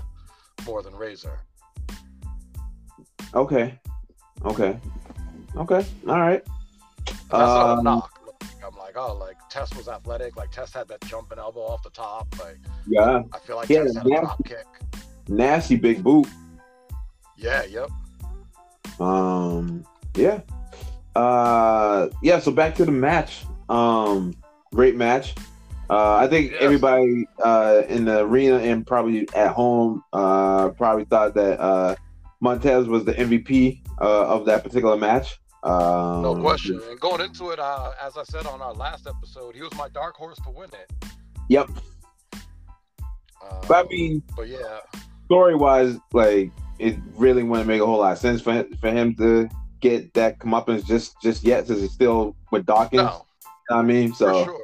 S3: more than Razor.
S2: okay. Okay. Okay. All right.
S3: And that's not a
S2: Um,
S3: knock. Like, I'm like, oh, like Test was athletic. Like Test had that jumping elbow off the top. Like
S2: Yeah.
S3: I feel like
S2: Yeah,
S3: Test had a
S2: yeah.
S3: drop kick.
S2: Nasty big boot.
S3: Yeah, yep.
S2: Um yeah. Uh yeah, so back to the match. Um great match. Uh I think
S3: Yes.
S2: everybody uh in the arena and probably at home uh probably thought that uh Montez was the MVP uh, of that particular match. Um,
S3: No question. And going into it, uh, as I said on our last episode, he was my dark horse to win it.
S2: Yep.
S3: Um,
S2: But I mean,
S3: but yeah,
S2: story wise, like it really wouldn't make a whole lot of sense for him, for him to get that comeuppance just just yet, since he's still with Dawkins. you know
S3: no,
S2: what I mean, so
S3: for sure.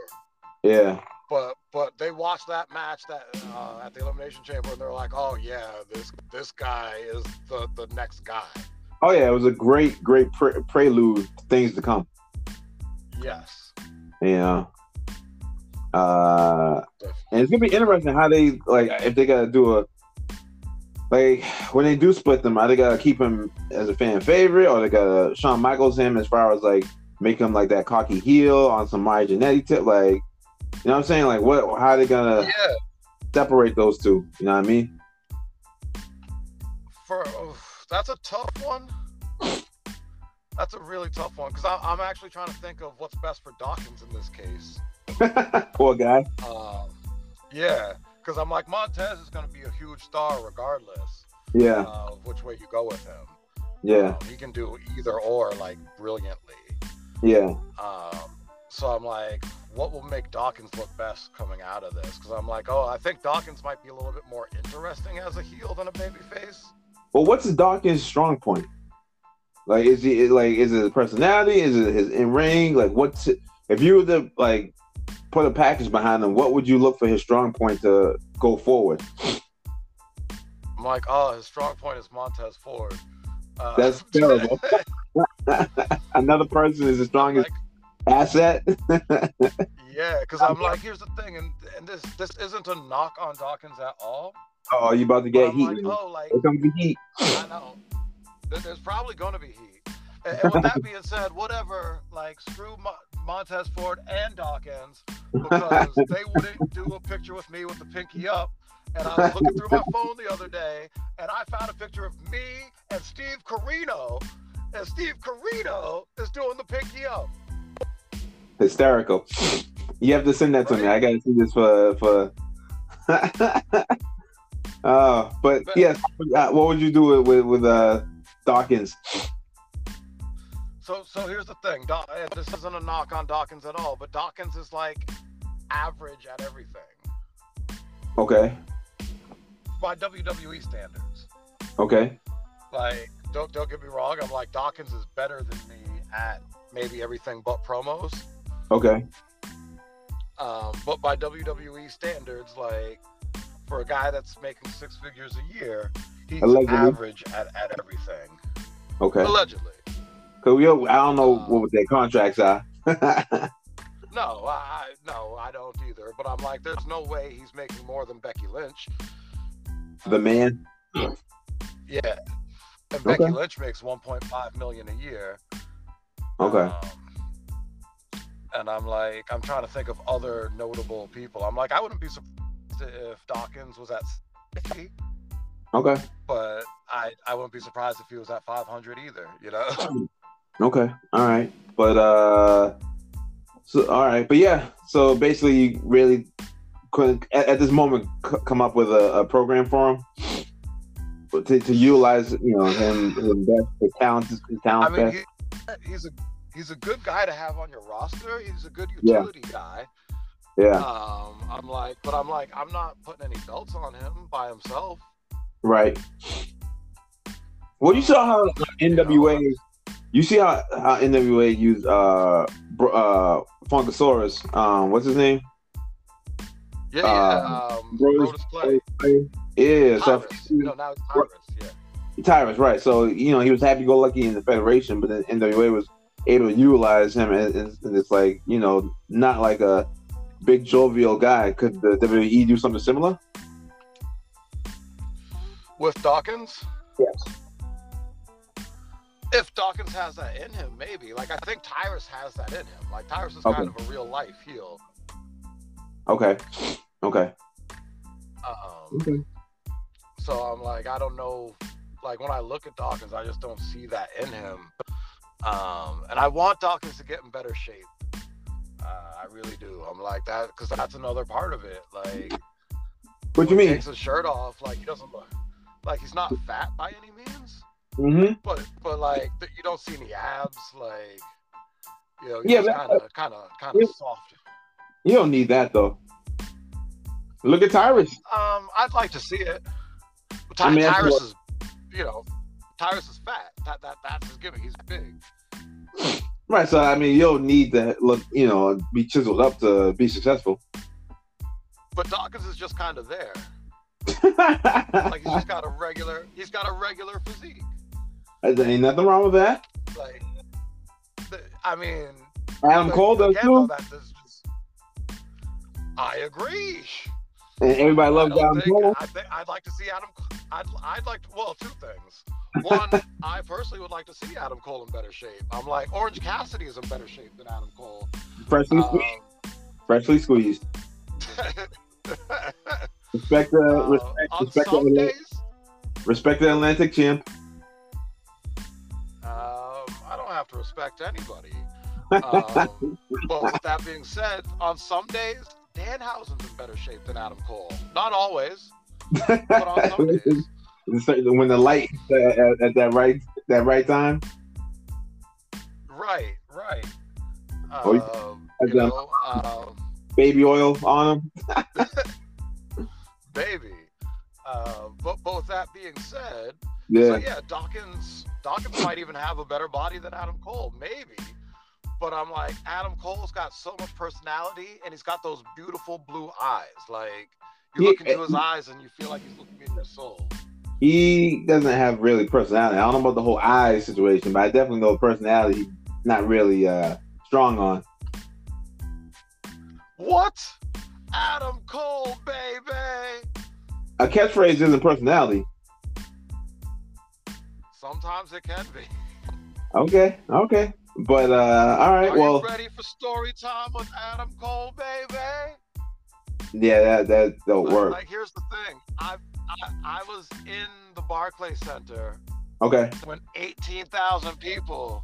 S2: yeah,
S3: but but they watched that match that uh, at the elimination chamber and they're like, oh yeah, this this guy is the the next guy.
S2: oh yeah, it was a great great pre- prelude to things to come.
S3: Yes,
S2: You know, uh,
S3: definitely.
S2: and it's gonna be interesting how they like if they gotta do a like when they do split them, are they gotta keep him as a fan favorite, or they gotta Shawn Michaels him as far as like make him like that cocky heel on some Maya Genetti tip, like you know what I'm saying? Like what? How they gonna
S3: yeah.
S2: separate those two? You know what I mean?
S3: For oof, that's a tough one. That's a really tough one because I'm actually trying to think of what's best for Dawkins in this case.
S2: Poor guy.
S3: Um, yeah, because I'm like Montez is going to be a huge star regardless
S2: Yeah,
S3: uh, of which way you go with him.
S2: yeah,
S3: Um, he can do either or like brilliantly.
S2: yeah.
S3: Um, so I'm like, what will make Dawkins look best coming out of this? Because I'm like, oh, I think Dawkins might be a little bit more interesting as a heel than a babyface.
S2: Well, what's his Dawkins' strong point? Like, is he is- like is it his personality? Is it his in ring? Like, what's it, if you were to like put a package behind him? What would you look for his strong point to go forward?
S3: I'm like, oh, his strong point is Montez Ford. Uh, (laughs)
S2: That's terrible. (laughs) Another person is his strongest
S3: like,
S2: asset. (laughs)
S3: yeah, because I'm like, here's the thing, and, and this this isn't a knock on Dawkins at all.
S2: oh, you about to
S3: but
S2: get
S3: I'm
S2: heat?
S3: like,
S2: man.
S3: oh, like
S2: Here comes the heat.
S3: I know. There- There's probably going to be heat. And, and with that being said, whatever, like, screw Mo- Montez Ford and Dawkins because they wouldn't do a picture with me with the pinky up. And I was looking through my phone the other day and I found a picture of me and Steve Carino. And Steve Carino is doing the pinky up.
S2: Hysterical. You have to send that to me. I gotta see this for for. (laughs) uh, but yes, uh, what would you do with with, with uh, Dawkins?
S3: So, so here's the thing. Daw- and this isn't a knock on Dawkins at all, but Dawkins is like average at everything
S2: Okay,
S3: by WWE standards.
S2: okay.
S3: Like, don't don't get me wrong. I'm like Dawkins is better than me at maybe everything but promos.
S2: Okay.
S3: Um, but by WWE standards, like for a guy that's making six figures a year, he's
S2: Allegedly.
S3: average at, at everything.
S2: Okay.
S3: Allegedly.
S2: Cause we, I don't know what their contracts are. (laughs)
S3: No, I I- no, I don't either. But I'm like, there's no way he's making more than Becky Lynch.
S2: the man.
S3: Yeah. And
S2: Okay.
S3: Becky Lynch makes 1.5 million a year.
S2: Okay.
S3: Um, and I'm like, I'm trying to think of other notable people. I'm like, I wouldn't be surprised if Dawkins was at 60,
S2: Okay.
S3: but I, I wouldn't be surprised if he was at 500 either, you know? (laughs)
S2: Okay. All right. But uh, so all right. But yeah. So basically, you really couldn't at, at this moment c- come up with a, a program for him But to, to utilize you know him him best his talents his
S3: I
S2: talents
S3: mean,
S2: best.
S3: he, he's a he's a good guy to have on your roster. He's a good
S2: Yeah.
S3: utility guy.
S2: yeah.
S3: Um, I'm like, but I'm like, I'm not putting any belts on him by himself.
S2: Right. Well, you saw how uh, NWA, you see how, how NWA used uh, br- uh, Funkasaurus. Um, what's his name? Uh,
S3: Yeah, yeah. Um,
S2: Bro-
S3: Bro, play. Oh,
S2: Yeah, so
S3: Tyrus. No, now it's Tyrus. Yeah.
S2: Tyrus, right? So you know he was happy go lucky in the federation, but then NWA was able to utilize him, and, and, and it's like you know not like a big jovial guy. Could the WWE do something similar?
S3: With Dawkins?
S2: Yes.
S3: If Dawkins has that in him, maybe. Like I think Tyrus has that in him. Like Tyrus is kind of a real life heel.
S2: Okay, okay,
S3: Um, so I'm like, I don't know. Like when I look at Dawkins, I just don't see that in him. Um, and I want Dawkins to get in better shape. Uh, I really do. I'm like that because that's another part of it. Like
S2: What do you
S3: he
S2: mean?
S3: takes his shirt off, like he doesn't look like he's not fat by any means.
S2: Mm-hmm.
S3: But but like th- you don't see any abs, like you know,
S2: Yeah,
S3: yeah,
S2: but-
S3: kind of kind of kind
S2: Yeah.
S3: of soft.
S2: You don't need that though. Look at Tyrus.
S3: Um, I'd like to see it. But Ty-
S2: I mean, that's
S3: Tyrus
S2: what-
S3: is, you know, Tyrus is fat. That that that's his gimmick. He's big.
S2: Right, so I mean, you don't need to look, you know, be chiseled up to be successful. (laughs)
S3: But Dawkins is just kind of there.
S2: There's
S3: Like he's
S2: (laughs)
S3: just got a regular. He's got a regular physique.
S2: ain't nothing wrong with that.
S3: Like, the, I mean,
S2: Adam
S3: like,
S2: Cole does
S3: again, though,
S2: too,
S3: that is just- I agree.
S2: and everybody
S3: I
S2: loves
S3: don't
S2: Adam
S3: think-
S2: Cole.
S3: I think I'd like to see Adam. I'd, I'd like to, well, two things.
S2: (laughs)
S3: One, I personally would like to see Adam Cole in better shape. I'm like Orange Cassidy is in better shape than Adam
S2: (laughs)
S3: Cole.
S2: Freshly,
S3: Um,
S2: freshly squeezed. Respect the
S3: uh,
S2: respect, Uh, respect, the
S3: on (laughs) Uh, some
S2: Atlantic,
S3: days,
S2: respect the Atlantic champ.
S3: um, disrespect anybody.
S2: (laughs)
S3: Um, but with that being said, on some days, Danhausen's in better shape than Adam Cole. Not always,
S2: (laughs)
S3: but on some days.
S2: So when the light uh, at, at that right that right time,
S3: Right, right.
S2: Oh, you-
S3: Um,
S2: I've
S3: you
S2: done-
S3: know, um,
S2: baby oil on him.
S3: baby. Uh, but, but with that being said, So
S2: Yeah,
S3: yeah, Dawkins Dawkins might even have a better body than Adam Cole, maybe. But I'm like, Adam Cole's got so much personality and he's got those beautiful blue eyes. Like you look
S2: Yeah.
S3: into his eyes and you feel like he's looking in your soul.
S2: he doesn't have really personality. I don't know about the whole eye situation, but I definitely know personality. he's Not really uh, strong on.
S3: What? Adam Cole, baby.
S2: A catchphrase isn't personality.
S3: Sometimes it can be.
S2: Okay, okay, but uh, all right.
S3: Are
S2: well,
S3: you ready for story time with Adam Cole, baby?
S2: yeah, that that don't
S3: Like,
S2: work.
S3: like, here's the thing. I, I I was in the Barclay Center
S2: Okay,
S3: when 18,000 people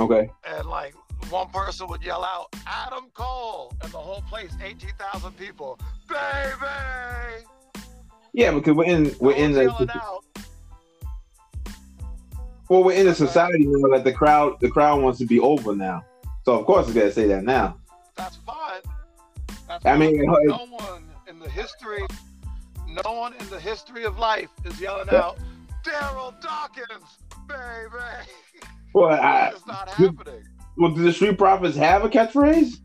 S2: okay.
S3: and like one person would yell out Adam Cole and the whole place 18,000 people baby
S2: Yeah, because we're in we're
S3: No
S2: in
S3: one's yelling
S2: the
S3: out
S2: well we're in a society now that the crowd the crowd wants to be over now. So of course it's gonna say that now.
S3: that's fine that's
S2: I
S3: fine.
S2: mean, it-
S3: no one in the history no one in the history of life is yelling
S2: Yeah.
S3: out Daryl Dawkins baby (laughs)
S2: Well, I,
S3: it's not
S2: you-
S3: happening
S2: well, do the street prophets have a catchphrase?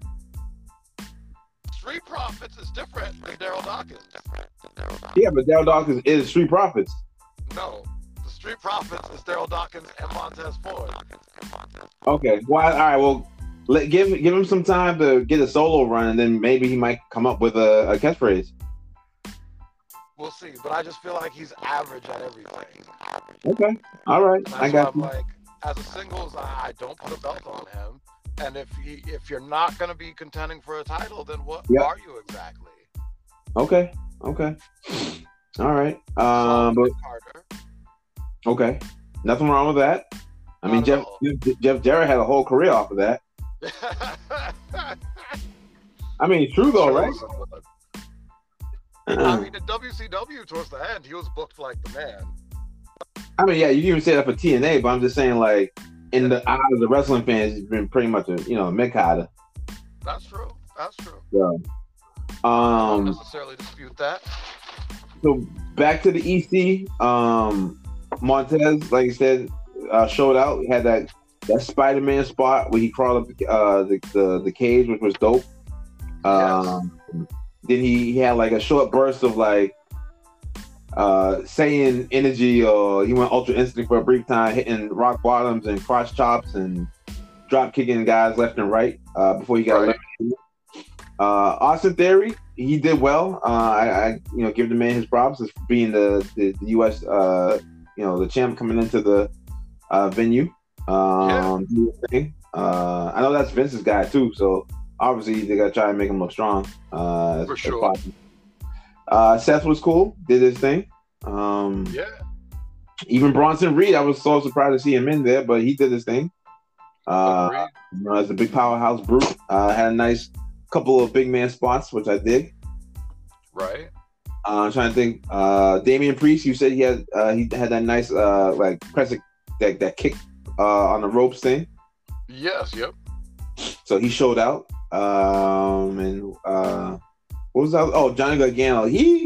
S3: Street Profits is different than Daryl Dawkins
S2: Yeah, but Daryl Dawkins is street prophets.
S3: no the Street Profits is Daryl Dawkins and Montez Ford
S2: Okay. Well, all right. Well, let give give him some time to get a solo run, and then maybe he might come up with a, a catchphrase.
S3: We'll see, but I just feel like he's average at everything.
S2: Okay. All right.
S3: And
S2: I
S3: that's why
S2: got
S3: I'm
S2: you.
S3: like, as a singles, I, I don't put a belt on him. And if he, if you're not going to be contending for a title, then what
S2: Yeah.
S3: are you exactly?
S2: Okay. Okay. All right. Um. But
S3: Carter.
S2: okay. Nothing wrong with that. I mean,
S3: Not at
S2: Jeff
S3: all.
S2: Jeff, Jeff Jarrett had a whole career off of that. I mean, it's (laughs) true though, right?
S3: (laughs)
S2: Uh.
S3: I mean, the WCW towards the end, he was booked like the man.
S2: I mean, yeah, you can even say that for TNA, but I'm just saying, like, in the eyes of the wrestling fans, he's been pretty much a you know Mikada.
S3: That's true. That's true. I don't
S2: Um.
S3: necessarily dispute that.
S2: So back to the EC. Um, Montez, like you said, uh, showed out. He had that that Spider Man spot where he crawled up uh, the, the the cage, which was dope. Um, Then he, he had like a short burst of like uh saying energy, or he went ultra instinct for a brief time, hitting rock bottoms and crotch chops and drop kicking guys left and right uh, before he got
S3: Right.
S2: eliminated. Uh, Austin Theory, he did well. Uh, I, I, you know, give the man his props as being the the, the U.S. Uh, you know, the champ coming into the uh, venue. Um, do your thing. Uh, I know that's Vince's guy too, so obviously they got to try and make him look strong. Uh, as-
S3: For
S2: as
S3: sure.
S2: possible. Uh, Seth was cool, did his thing. Um,
S3: Yeah.
S2: Even Bronson Reed, I was so surprised to see him in there, but he did his thing. Uh,
S3: Agreed.
S2: you know, as a big powerhouse brute, uh, had a nice couple of big man spots, which I dig.
S3: right.
S2: Uh, I'm trying to think. Uh, Damian Priest, you said he had uh, he had that nice uh, like press that that kick uh, on the ropes thing,
S3: Yes. Yep.
S2: so he showed out. Um, and uh, what was that? Oh, Johnny Gargano. He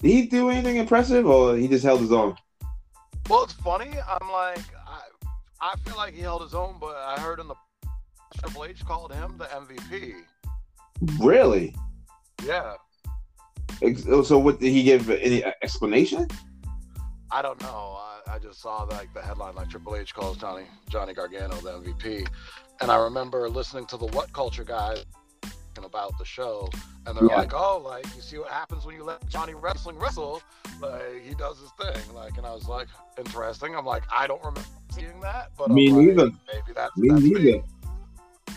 S2: did he do anything impressive, or he just held his own?
S3: Well, it's funny. I'm like, I, I feel like he held his own, but I heard in the Triple H called him the MVP.
S2: Really?
S3: Yeah,
S2: Ex- oh, So what did he give any uh, explanation?
S3: I don't know. I, I just saw like the headline like Triple H calls Johnny Johnny Gargano the MVP, and I remember listening to the What Culture guys talking about the show, and they're
S2: Yeah.
S3: like, oh, like you see what happens when you let Johnny wrestling wrestle, like he does his thing, like, and I was like, interesting. I'm like, I don't remember seeing that, but
S2: Me
S3: I'm like,
S2: neither.
S3: Maybe that's
S2: Me
S3: that's
S2: neither.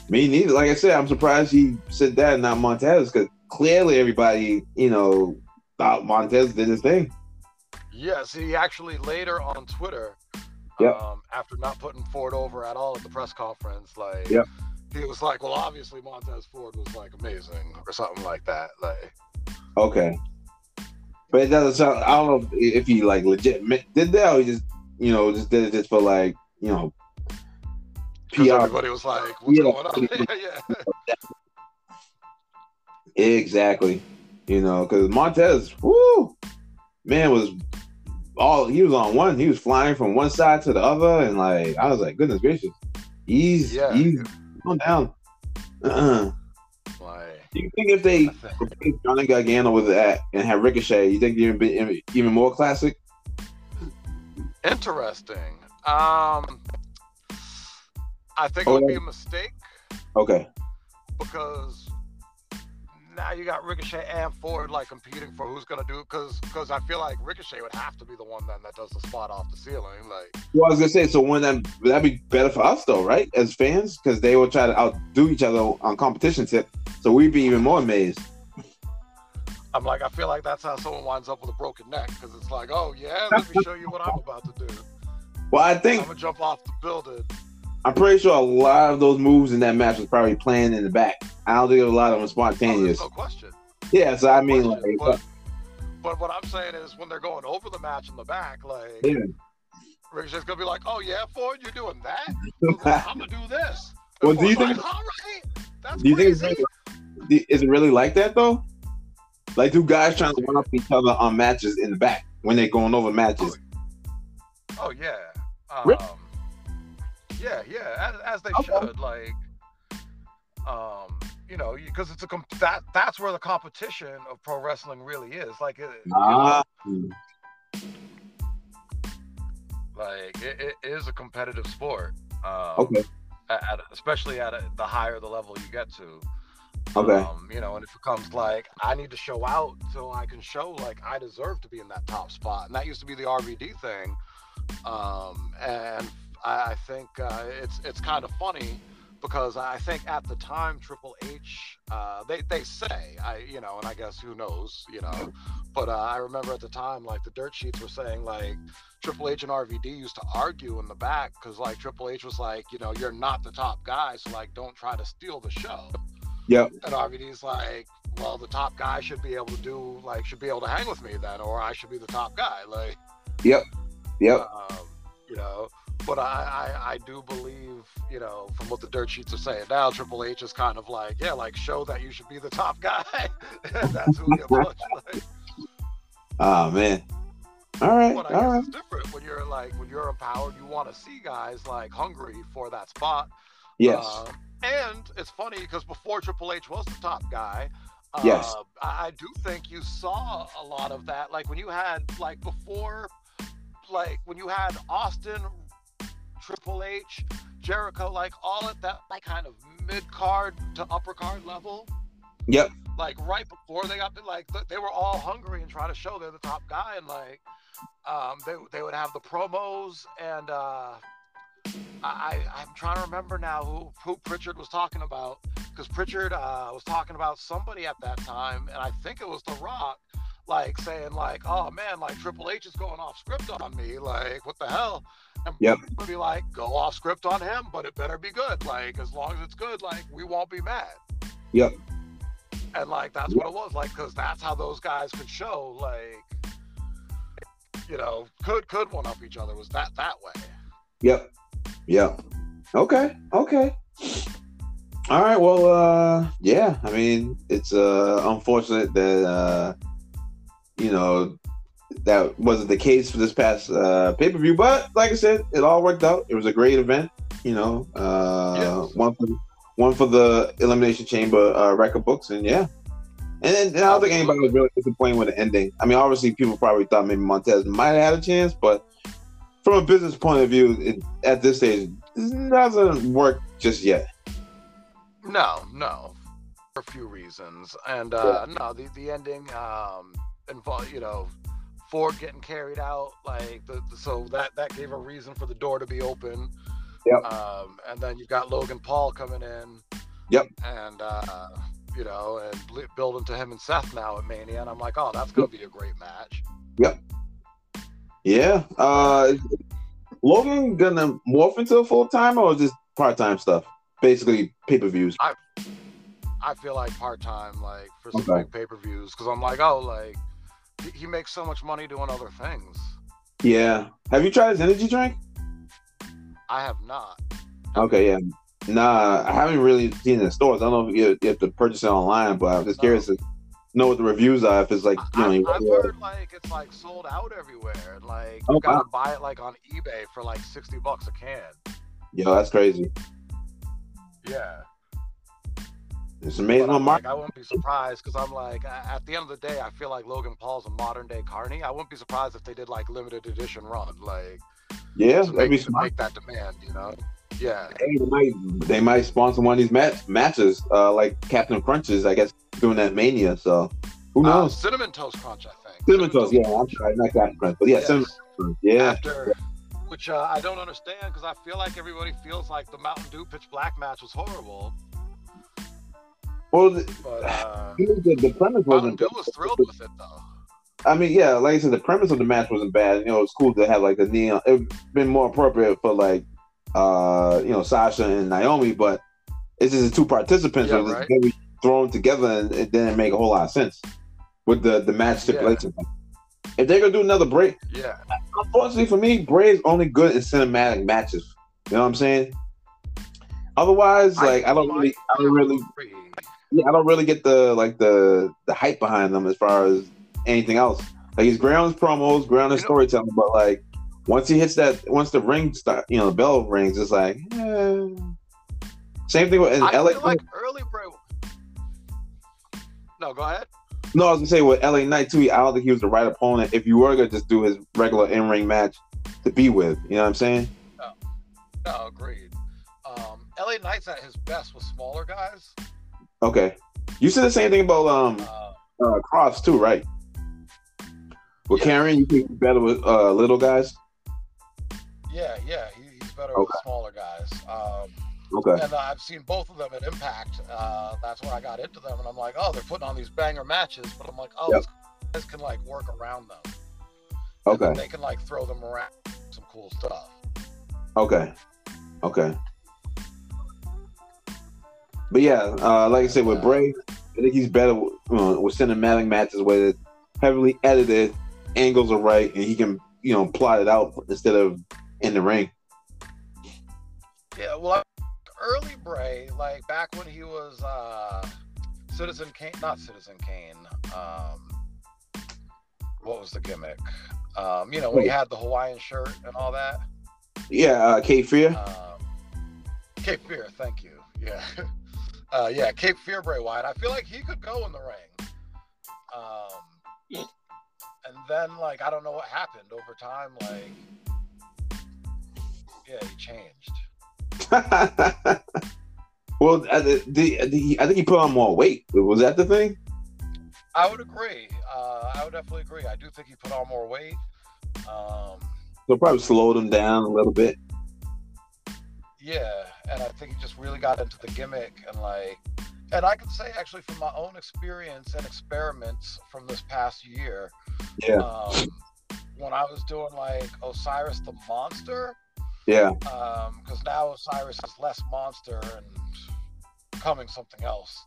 S2: Me neither. Like I said, I'm surprised he said that, and not Montez, because clearly everybody, you know, thought Montez did his thing.
S3: Yes, he actually later on Twitter
S2: Yep.
S3: Um, after not putting Ford over at all at the press conference, like
S2: Yep.
S3: he was like, "Well, obviously Montez Ford was like amazing" or something like that. Like,
S2: Okay. But it doesn't sound. I don't know if he like legit meant, did that, or he just you know just did it just for like you know
S3: 'cause
S2: PR.
S3: everybody was like, "What's
S2: Yeah.
S3: going on?" (laughs) yeah, yeah.
S2: Exactly. You know, because Montez, woo, man was all he was on one. He was flying from one side to the other, and like I was like, goodness gracious, he's
S3: Yeah.
S2: he's going down. Uh-uh.
S3: Like,
S2: You think if they (laughs)
S3: I think-
S2: replaced Johnny Gargano with that and had Ricochet, you think you'd be even more classic?
S3: Interesting. Um, I think it would
S2: Oh,
S3: be a mistake
S2: Okay,
S3: because now you got Ricochet and Ford like competing for who's gonna do because because I feel like Ricochet would have to be the one then that does the spot off the ceiling. Like,
S2: well I was gonna say, so when that that'd be better for us though, right? As fans, because they will try to outdo each other on competition tip, so we'd be even more amazed.
S3: I'm like, I feel like that's how someone winds up with a broken neck because it's like, oh yeah, let me show you what I'm about to do.
S2: Well, I think
S3: I'm gonna jump off the building.
S2: I'm pretty sure a lot of those moves in that match was probably planned in the back. I don't think a lot of them
S3: Oh,
S2: spontaneous.
S3: there's no question.
S2: Yeah, so I mean, like, (laughs)
S3: but, but what I'm saying is when they're going over the match in the back, like
S2: Yeah.
S3: Ricochet's gonna be like, "Oh yeah, Ford, you're doing that?
S2: (laughs)
S3: I'm gonna do this."
S2: Well,
S3: And
S2: do you
S3: Ford's
S2: think-
S3: like, All right, that's
S2: do you think it's
S3: crazy.
S2: really- is it really like that though? Like, do guys trying to one up each other on matches in the back when they're going over matches?
S3: Oh yeah. Um,
S2: Really?
S3: Yeah, yeah. As, as they
S2: Okay.
S3: should, like, um, you know, because it's a comp- that that's where the competition of pro wrestling really is. Like, it, you know,
S2: Ah,
S3: like it, it is a competitive sport. Um,
S2: okay,
S3: at, at- especially at a, the higher the level you get to.
S2: okay,
S3: Um, you know, and it becomes like I need to show out so I can show like I deserve to be in that top spot. And that used to be the RVD thing. Um, and I, I think uh, it's it's kind of funny because I think at the time Triple H, uh, they they say I you know, and I guess who knows you know, but uh, I remember at the time like the dirt sheets were saying like Triple H and RVD used to argue in the back because like Triple H was like you know you're not the top guy so like don't try to steal the show.
S2: Yep.
S3: And RVD's like, well the top guy should be able to do like should be able to hang with me then or I should be the top guy like
S2: yep,
S3: um, you know. But I, I, I do believe, you know, from what the dirt sheets are saying now, Triple H is kind of like, yeah, like show that you should be the top guy. (laughs) That's
S2: (laughs)
S3: who you punch. Like,
S2: oh man, all right,
S3: but I
S2: all
S3: guess
S2: right,
S3: it's different when you're like when you're empowered, you want to see guys like hungry for that spot.
S2: yes,
S3: Uh, and it's funny because before Triple H was the top guy, uh,
S2: Yes.
S3: I, I do think you saw a lot of that. Like when you had, like before, like when you had Austin, Triple H, Jericho, like all at that like kind of mid card to upper card level.
S2: Yep.
S3: Like right before they got like th- they were all hungry and trying to show they're the top guy and like um, they they would have the promos and uh, I I- I'm trying to remember now who who Pritchard was talking about because Pritchard uh, was talking about somebody at that time and I think it was The Rock like saying like oh man like Triple H is going off script on me like what the hell and
S2: Yep.
S3: Pritchard would be like go off script on him but it better be good like as long as it's good like we won't be mad
S2: Yep.
S3: and like that's what it was like because that's how those guys could show like you know could could one up each other was that that way
S2: yep, yep, okay, okay. All right, well, uh, yeah, I mean, it's uh, unfortunate that uh, you know that wasn't the case for this past uh, pay per view. But like I said, it all worked out. It was a great event. You know, uh,
S3: Yes.
S2: one for one for the Elimination Chamber uh, record books, and yeah. And, then and I don't think anybody was really disappointed with the ending. I mean, obviously, people probably thought maybe Montez might have had a chance, but from a business point of view, it, at this stage, it doesn't work just yet.
S3: No, no, for a few reasons, and uh, no, the the ending um, involved, you know, Ford getting carried out, like the, the- so that that gave a reason for the door to be open.
S2: Yep.
S3: Um, and then you've got Logan Paul coming in.
S2: Yep.
S3: And uh, you know, and bl- building to him and Seth now at Mania, and I'm like, oh, that's gonna be a great match.
S2: Yeah. Uh, Logan gonna morph into a full time or just part time stuff? Basically, pay per views.
S3: I feel like part time, like for some
S2: Okay.
S3: big pay per views, because I'm like, oh, like he- he makes so much money doing other things.
S2: Yeah. Have you tried his energy drink?
S3: I have not.
S2: Okay, yeah. Nah, I haven't really seen it in stores. I don't know if you, you have to purchase it online, but I'm just curious to know what the reviews are. If it's like, you know,
S3: I,
S2: you-
S3: have heard like it's like sold out everywhere, and like
S2: Oh,
S3: you gotta buy it like on eBay for like sixty bucks a can.
S2: yo, that's crazy.
S3: Yeah,
S2: It's
S3: but
S2: amazing.
S3: I'm
S2: what Mark,
S3: like, I wouldn't be surprised because I'm like, a- at the end of the day, I feel like Logan Paul's a modern day Carney. I wouldn't be surprised if they did like limited edition run, like
S2: yeah,
S3: to
S2: that'd
S3: make,
S2: be
S3: to
S2: smart.
S3: make that demand, you know? Yeah,
S2: Hey, they might they might sponsor one of these match, matches, uh, like Captain Crunches. I guess doing that Mania. So who
S3: uh,
S2: knows?
S3: cinnamon toast crunch, I think.
S2: cinnamon toast. Yeah, I'm sorry, not Captain Crunch, but yeah,
S3: Yes.
S2: cinnamon toast. Yeah,
S3: after which uh, I don't understand because I feel like everybody feels like the Mountain Dew pitch black match was horrible,
S2: well, the, (sighs)
S3: but uh,
S2: the, the premise
S3: Mountain
S2: wasn't.
S3: Dew was thrilled with it though.
S2: I mean, yeah, like I said, the premise of the match wasn't bad. You know, it's cool to have like the neon. It'd been more appropriate for like, uh, you know, Sasha and Naomi, but it's just the two participants
S3: Yeah,
S2: that was
S3: right.
S2: maybe thrown together, and it didn't make a whole lot of sense with the the match
S3: Yeah.
S2: stipulation. If they're gonna do another break,
S3: Yeah,
S2: unfortunately for me, Bray is only good in cinematic matches. You know what I'm saying? Otherwise, like I don't really, I don't really
S3: Agree.
S2: yeah, I don't really get the like the the hype behind them as far as anything else. Like he's great on his promos, great on his
S3: You know-
S2: storytelling, but like once he hits that, once the ring start, you know, the bell rings, it's like eh. same thing with in
S3: I
S2: LA.
S3: feel like early bro. No, go ahead.
S2: no, I was gonna say with LA Knight too. I don't think he was the right opponent if you were gonna just do his regular in ring match to be with. You know what I'm saying?
S3: No, agreed. Um, LA Knight's at his best with smaller guys.
S2: Okay, you said the same thing about um
S3: Uh,
S2: uh, Cross too, right? With
S3: Yeah.
S2: Karen, you think he's better with uh, little guys?
S3: yeah, yeah, he, he's better with
S2: Okay.
S3: smaller guys. Um,
S2: Okay.
S3: and uh, I've seen both of them at Impact. Uh, that's when I got into them, and I'm like, oh, they're putting on these banger matches, but I'm like, oh,
S2: Yep.
S3: this guys can like work around them. And
S2: Okay.
S3: They can like throw them around some cool stuff.
S2: Okay. Okay. But yeah, uh, like I said, with Bray, I think he's better with, uh, with cinematic matches where it's heavily edited, angles are right, and he can you know plot it out instead of in the ring.
S3: Yeah, well, early Bray, like back when he was uh, Citizen Kane, not Citizen Kane. Um, what was the gimmick? Um, you know, when he had the Hawaiian shirt and all that.
S2: Yeah, uh, Kate Fear.
S3: Um, Cape Fear, thank you. Yeah, (laughs) uh, yeah, Cape Fear Bray Wyatt. I feel like he could go in the ring. Um, and then like I don't know what happened over time. Like, yeah, he changed.
S2: (laughs) well, I, the, the, I think he put on more weight. Was that the thing?
S3: I would agree. Uh, I would definitely agree. I do think he put on more weight. Um,
S2: So probably slowed him down a little bit.
S3: yeah, and I think he just really got into the gimmick and like, and I can say actually from my own experience and experiments from this past year,
S2: Yeah.
S3: um, when I was doing like Osiris the Monster,
S2: Yeah.
S3: because now Osiris is less monster and becoming something else.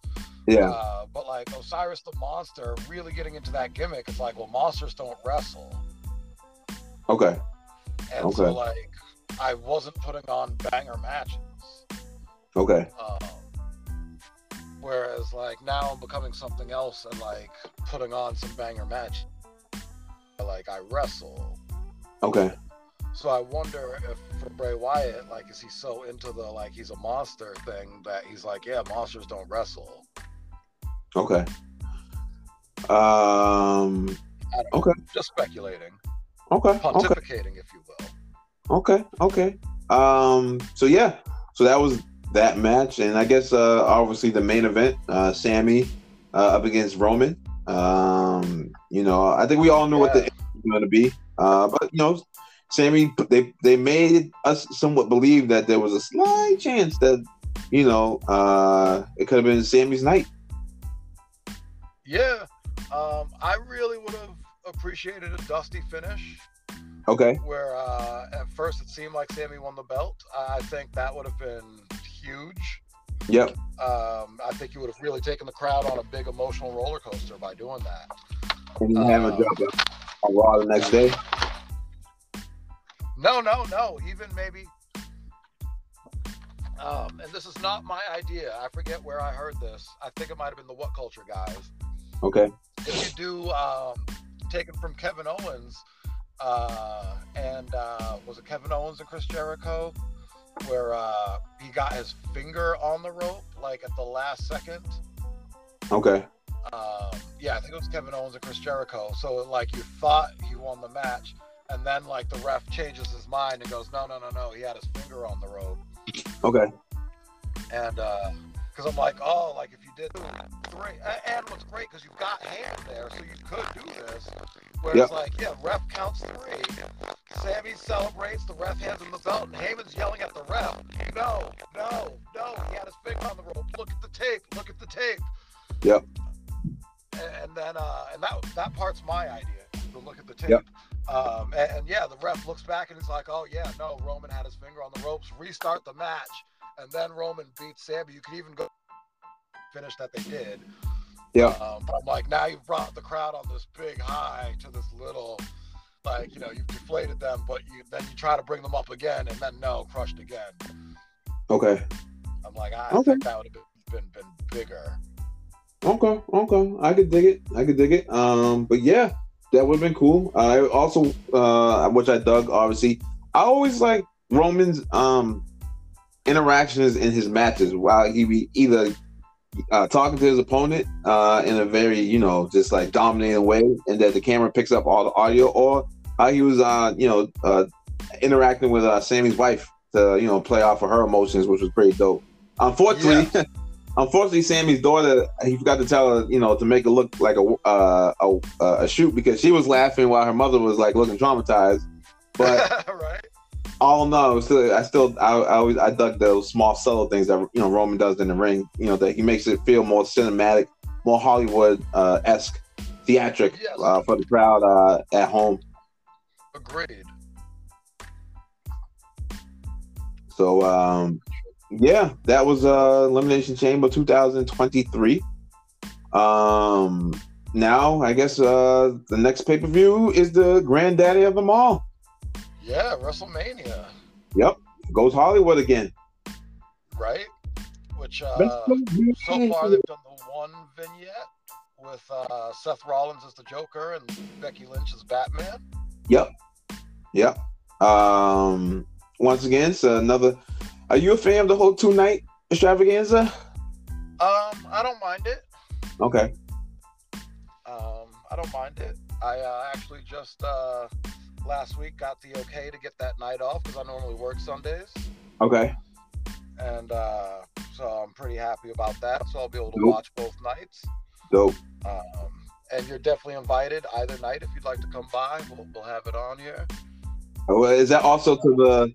S2: Yeah.
S3: Uh, but like Osiris the Monster, really getting into that gimmick, it's like, well, monsters don't wrestle.
S2: Okay.
S3: And
S2: Okay.
S3: so, like, I wasn't putting on banger matches.
S2: Okay.
S3: Um, whereas, like, now I'm becoming something else and, like, putting on some banger matches. Like, I wrestle.
S2: Okay.
S3: So I wonder if for Bray Wyatt, like, is he so into the, like, he's a monster thing that he's like, yeah, monsters don't wrestle.
S2: Okay. Um.
S3: I don't
S2: Okay.
S3: Know, just speculating,
S2: Okay. Okay.
S3: pontificating, if you will.
S2: Okay, okay. Um, so yeah, so that was that match, and I guess uh, obviously the main event, uh, Sammy uh, up against Roman. Um, you know, I think we all knew what the
S3: Yeah.
S2: end was going to be, uh, but you know, Sammy they they made us somewhat believe that there was a slight chance that you know uh, it could have been Sammy's night.
S3: Yeah, um, I really would have appreciated a dusty finish.
S2: Okay.
S3: where uh, at first it seemed like Sammy won the belt. I think that would have been huge.
S2: Yep.
S3: Um, I think you would have really taken the crowd on a big emotional roller coaster by doing that.
S2: And then have a
S3: Uh,
S2: drop on Raw the next day.
S3: No, no, no. Even maybe. Um, and this is not my idea. I forget where I heard this. I think it might have been the What Culture guys.
S2: Okay.
S3: If you do um, taken from Kevin Owens, uh, and uh, was it Kevin Owens and Chris Jericho, where uh, he got his finger on the rope like at the last second?
S2: Okay.
S3: um, yeah, I think it was Kevin Owens and Chris Jericho. So like you thought he won the match, and then like the ref changes his mind and goes, no, no, no, no, he had his finger on the rope.
S2: Okay.
S3: And because I'm like, oh, like if you did three, a- and what's great because you've got hand there, so you could do this. Where
S2: Yep.
S3: it's like, yeah, ref counts three. Sammy celebrates, the ref hands him the belt, and Heyman's yelling at the ref, no, no, no, he had his finger on the rope. Look at the tape. Look at the tape.
S2: Yep.
S3: A- And then, uh, and that that part's my idea. To look at the tape.
S2: Yep.
S3: Um, and, and yeah, the ref looks back and he's like, oh yeah, no, Roman had his finger on the ropes. Restart the match and then Roman beats Sammy. You could even go finish that they did.
S2: Yeah.
S3: Um, but I'm like, now you've brought the crowd on this big high to this little, like you know, you've deflated them, but you then you try to bring them up again, and then no, crushed again.
S2: Okay.
S3: I'm like, I
S2: Okay.
S3: think that would have been, been been bigger.
S2: Okay. Okay. I could dig it. I could dig it. Um, but yeah, that would have been cool. I also uh which I dug obviously. I always like Roman's um interactions in his matches while he be either uh, talking to his opponent uh, in a very you know just like dominating way, and that the camera picks up all the audio, or how he was uh, you know uh, interacting with uh, Sammy's wife to you know play off of her emotions, which was pretty dope. Unfortunately, unfortunately, Sammy's daughter he forgot to tell her you know to make it look like a uh, a, a shoot because she was laughing while her mother was like looking traumatized, but
S3: (laughs) right?
S2: all in all, it was still, I still, I, I always, I dug those small subtle things that you know Roman does in the ring. You know that he makes it feel more cinematic, more Hollywood uh, esque, theatric
S3: Yes.
S2: uh, for the crowd uh, at home.
S3: Agreed.
S2: So um, yeah, that was uh, Elimination Chamber 2023. Um, now I guess uh, the next pay per view is the granddaddy of them all.
S3: Yeah, WrestleMania,
S2: Goes Hollywood again.
S3: right? Which uh, so far they've done the one vignette with uh, Seth Rollins as the Joker and Becky Lynch as Batman.
S2: Yep. Um, once again, so another. Are you a fan of the whole two night extravaganza?
S3: Um, I don't mind it.
S2: Okay.
S3: Um, I don't mind it. I uh, actually just uh, last week got the okay to get that night off because I normally work Sundays,
S2: Okay.
S3: and uh, so I'm pretty happy about that. So I'll be able to
S2: Nope.
S3: watch both nights.
S2: Dope.
S3: Um, and you're definitely invited either night if you'd like to come by. We'll, we'll have it on here.
S2: Well, is that also to the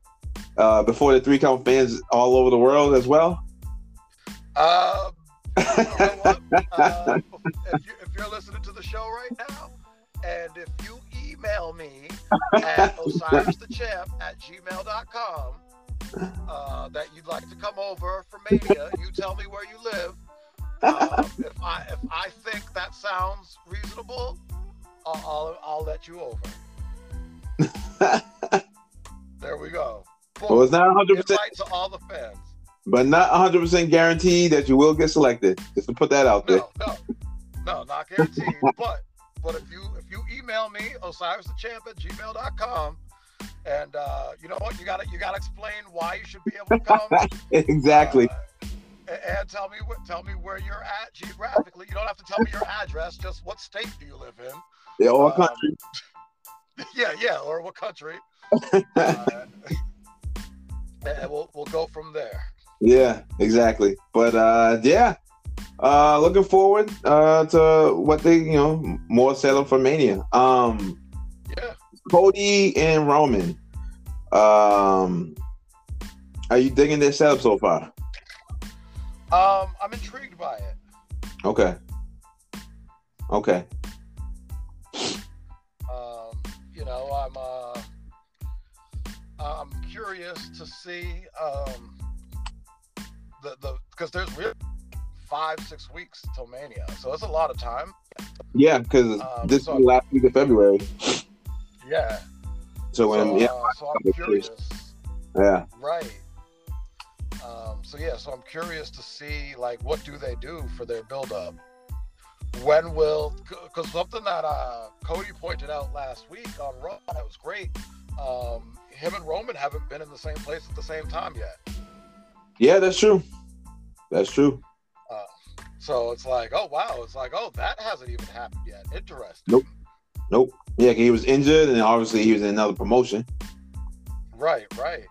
S2: uh, before the three count fans all over the world as well?
S3: Um, you know what? Uh, if, you, if you're listening to the show right now, and if you email me at osiristhechamp at gmail.com uh, that you'd like to come over for Mania, you tell me where you live. Um, if, I, if I think that sounds reasonable, I'll, I'll, I'll let you over. there we go.
S2: well, it's not 100, percent
S3: Invite to all the fans.
S2: but not 100 percent guaranteed that you will get selected. Just to put that out there.
S3: No, no, no, not guaranteed. but but if you if you email me osiristhechamp at gmail.com and uh, you know what you gotta you gotta explain why you should be able to come
S2: (laughs) exactly.
S3: uh, and, and tell me wh- tell me where you're at geographically you don't have to tell me your address just what state do you live in (laughs)
S2: Yeah, all
S3: um,
S2: country.
S3: yeah yeah or what country uh, and we'll, we'll go from there
S2: (laughs) Yeah, exactly. But uh yeah. Uh looking forward uh to what they, you know, m- more setup for Mania. Um
S3: yeah
S2: Cody and Roman. Um are you digging their setup so far?
S3: um i'm intrigued by it
S2: Okay. Okay.
S3: Um, you know, I'm uh, curious to see um, the the because there's really five six weeks till Mania, so it's a lot of time.
S2: Yeah, because
S3: Um,
S2: this
S3: so-
S2: is the last week of February.
S3: Yeah.
S2: So when yeah,
S3: uh, so I'm
S2: I'm
S3: curious.
S2: curious. yeah,
S3: Right. Um, so yeah, so I'm curious to see like what do they do for their build up. When will? Because something that uh, Cody pointed out last week on Raw that was great. Um, him and Roman haven't been in the same place at the same time yet.
S2: yeah, that's true. That's true.
S3: So it's like, oh wow, it's like, oh that hasn't even happened yet. Interesting.
S2: Nope. Yeah, 'cause he was injured, and obviously he was in another promotion.
S3: Right, right.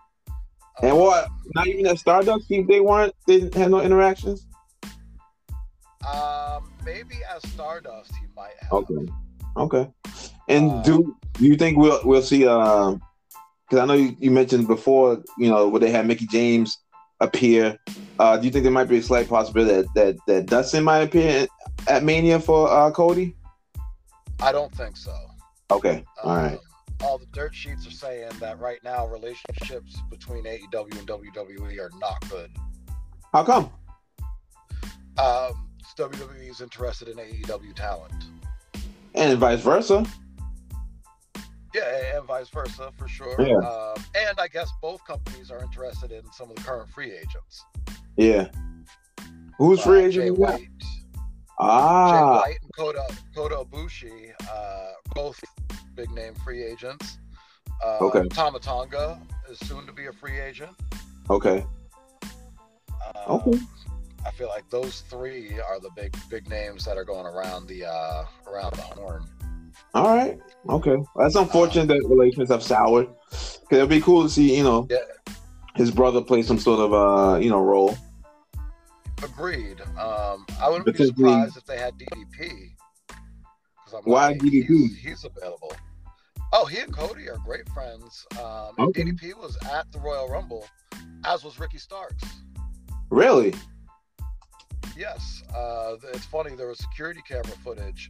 S2: And
S3: Um,
S2: what? Not even at Stardust. See, they weren't. They didn't have no interactions.
S3: Um, maybe as Stardust he might have.
S2: Okay. Okay. And
S3: Uh,
S2: do do you think we'll we'll see? Because I know you, you mentioned before, you know, where they had Mickey James appear. Uh, do you think there might be a slight possibility that that, that Dustin might appear at, at Mania for uh, Cody?
S3: I don't think so.
S2: Okay. All
S3: Um,
S2: right.
S3: All the dirt sheets are saying that right now relationships between AEW and WWE are not good.
S2: How come?
S3: Um, WWE is interested in AEW talent.
S2: And vice versa.
S3: Yeah, and vice versa for sure.
S2: Yeah.
S3: Um, and I guess both companies are interested in some of the current free agents.
S2: Yeah. Who's
S3: Uh,
S2: free
S3: Jay
S2: agent?
S3: White, Jay
S2: Ah,
S3: White and Kota, Kota Ibushi, uh, both big name free agents. Uh,
S2: Okay.
S3: Tama Tonga is soon to be a free agent.
S2: okay.
S3: Um,
S2: Okay.
S3: I feel like those three are the big big names that are going around the uh, around the horn.
S2: All right. Okay. Well, that's unfortunate that relations have soured. Cause it'd be cool to see, you know,
S3: Yeah.
S2: his brother play some sort of uh, you know, role.
S3: Agreed. Um, I wouldn't be
S2: Because we-
S3: surprised if they had DDP. 'Cause I'm
S2: Why
S3: like,
S2: DDP?
S3: He's, he's available. Oh, he and Cody are great friends. Um, and
S2: Okay.
S3: DDP was at the Royal Rumble, as was Ricky Starks.
S2: Really?
S3: Yes, uh, th- it's funny. There was security camera footage,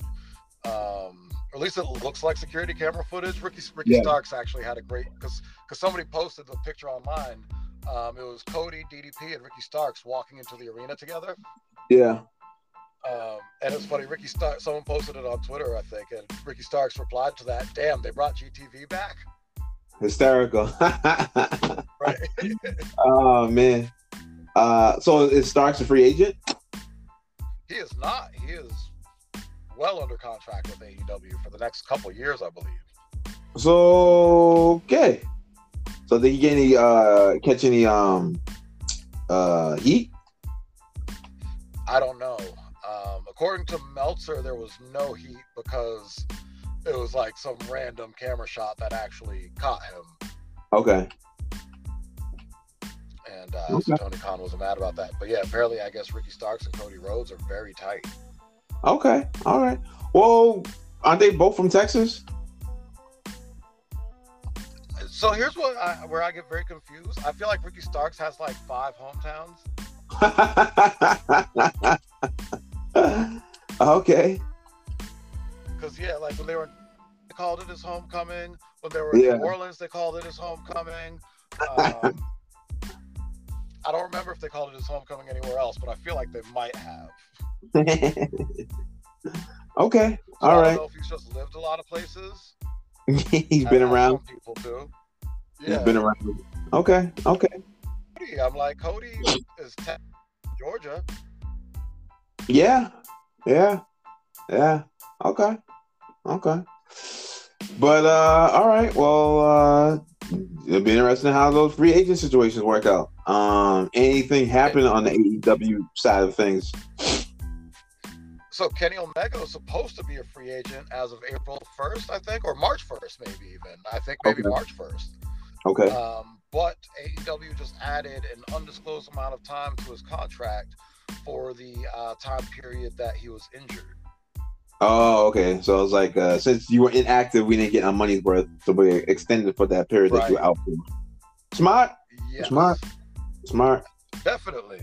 S3: um, or at least it looks like security camera footage. Ricky Ricky
S2: Yeah.
S3: Starks actually had a great because because somebody posted the picture online. Um, it was Cody, DDP, and Ricky Starks walking into the arena together.
S2: Yeah.
S3: Um, and it's funny. Ricky Starks. Someone posted it on Twitter, I think, and Ricky Starks replied to that. Damn, they brought GTV back.
S2: Hysterical. (laughs)
S3: Right.
S2: oh man. Uh so is Starks a free agent?
S3: he is not. He is well under contract with AEW for the next couple years, I believe.
S2: So okay. So did he get any uh catch any um uh heat?
S3: I don't know. Um, according to Meltzer, there was no heat because it was like some random camera shot that actually caught him,
S2: Okay.
S3: and uh, so Tony Khan wasn't mad about that. But yeah, apparently, I guess Ricky Starks and Cody Rhodes are very tight.
S2: Okay. All right. Well, aren't they both from Texas?
S3: So here's what I, where I get very confused. I feel like Ricky Starks has like five hometowns.
S2: (laughs) okay.
S3: Because yeah, like when they were they called it his homecoming. When they were
S2: Yeah.
S3: in New Orleans, they called it his
S2: (laughs)
S3: homecoming. Um, I don't remember if they called it his homecoming anywhere else, but I feel like they might have.
S2: okay.
S3: So I
S2: All
S3: don't
S2: right.
S3: know if he's just lived a lot of places.
S2: (laughs) He's
S3: I
S2: been
S3: know
S2: around.
S3: Some people do.
S2: He's
S3: Yeah.
S2: been around. Okay. Okay.
S3: Cody, I'm like Cody is te- Georgia.
S2: Yeah, yeah, yeah. Okay, okay. But uh, all right. Well, uh, it'll be interesting how those free agent situations work out. Um, anything happen on the AEW side of things?
S3: So Kenny Omega is supposed to be a free agent as of April 1st, I think, or March 1st, maybe even. I think maybe
S2: Okay.
S3: March 1st.
S2: Okay.
S3: Um, but AEW just added an undisclosed amount of time to his contract for the uh, time period that he was injured.
S2: Oh, okay. So it's like uh, since you were inactive, we didn't get our money's worth, so we extended for that period that you were out for. Smart,
S3: Yes,
S2: Smart. smart.
S3: definitely.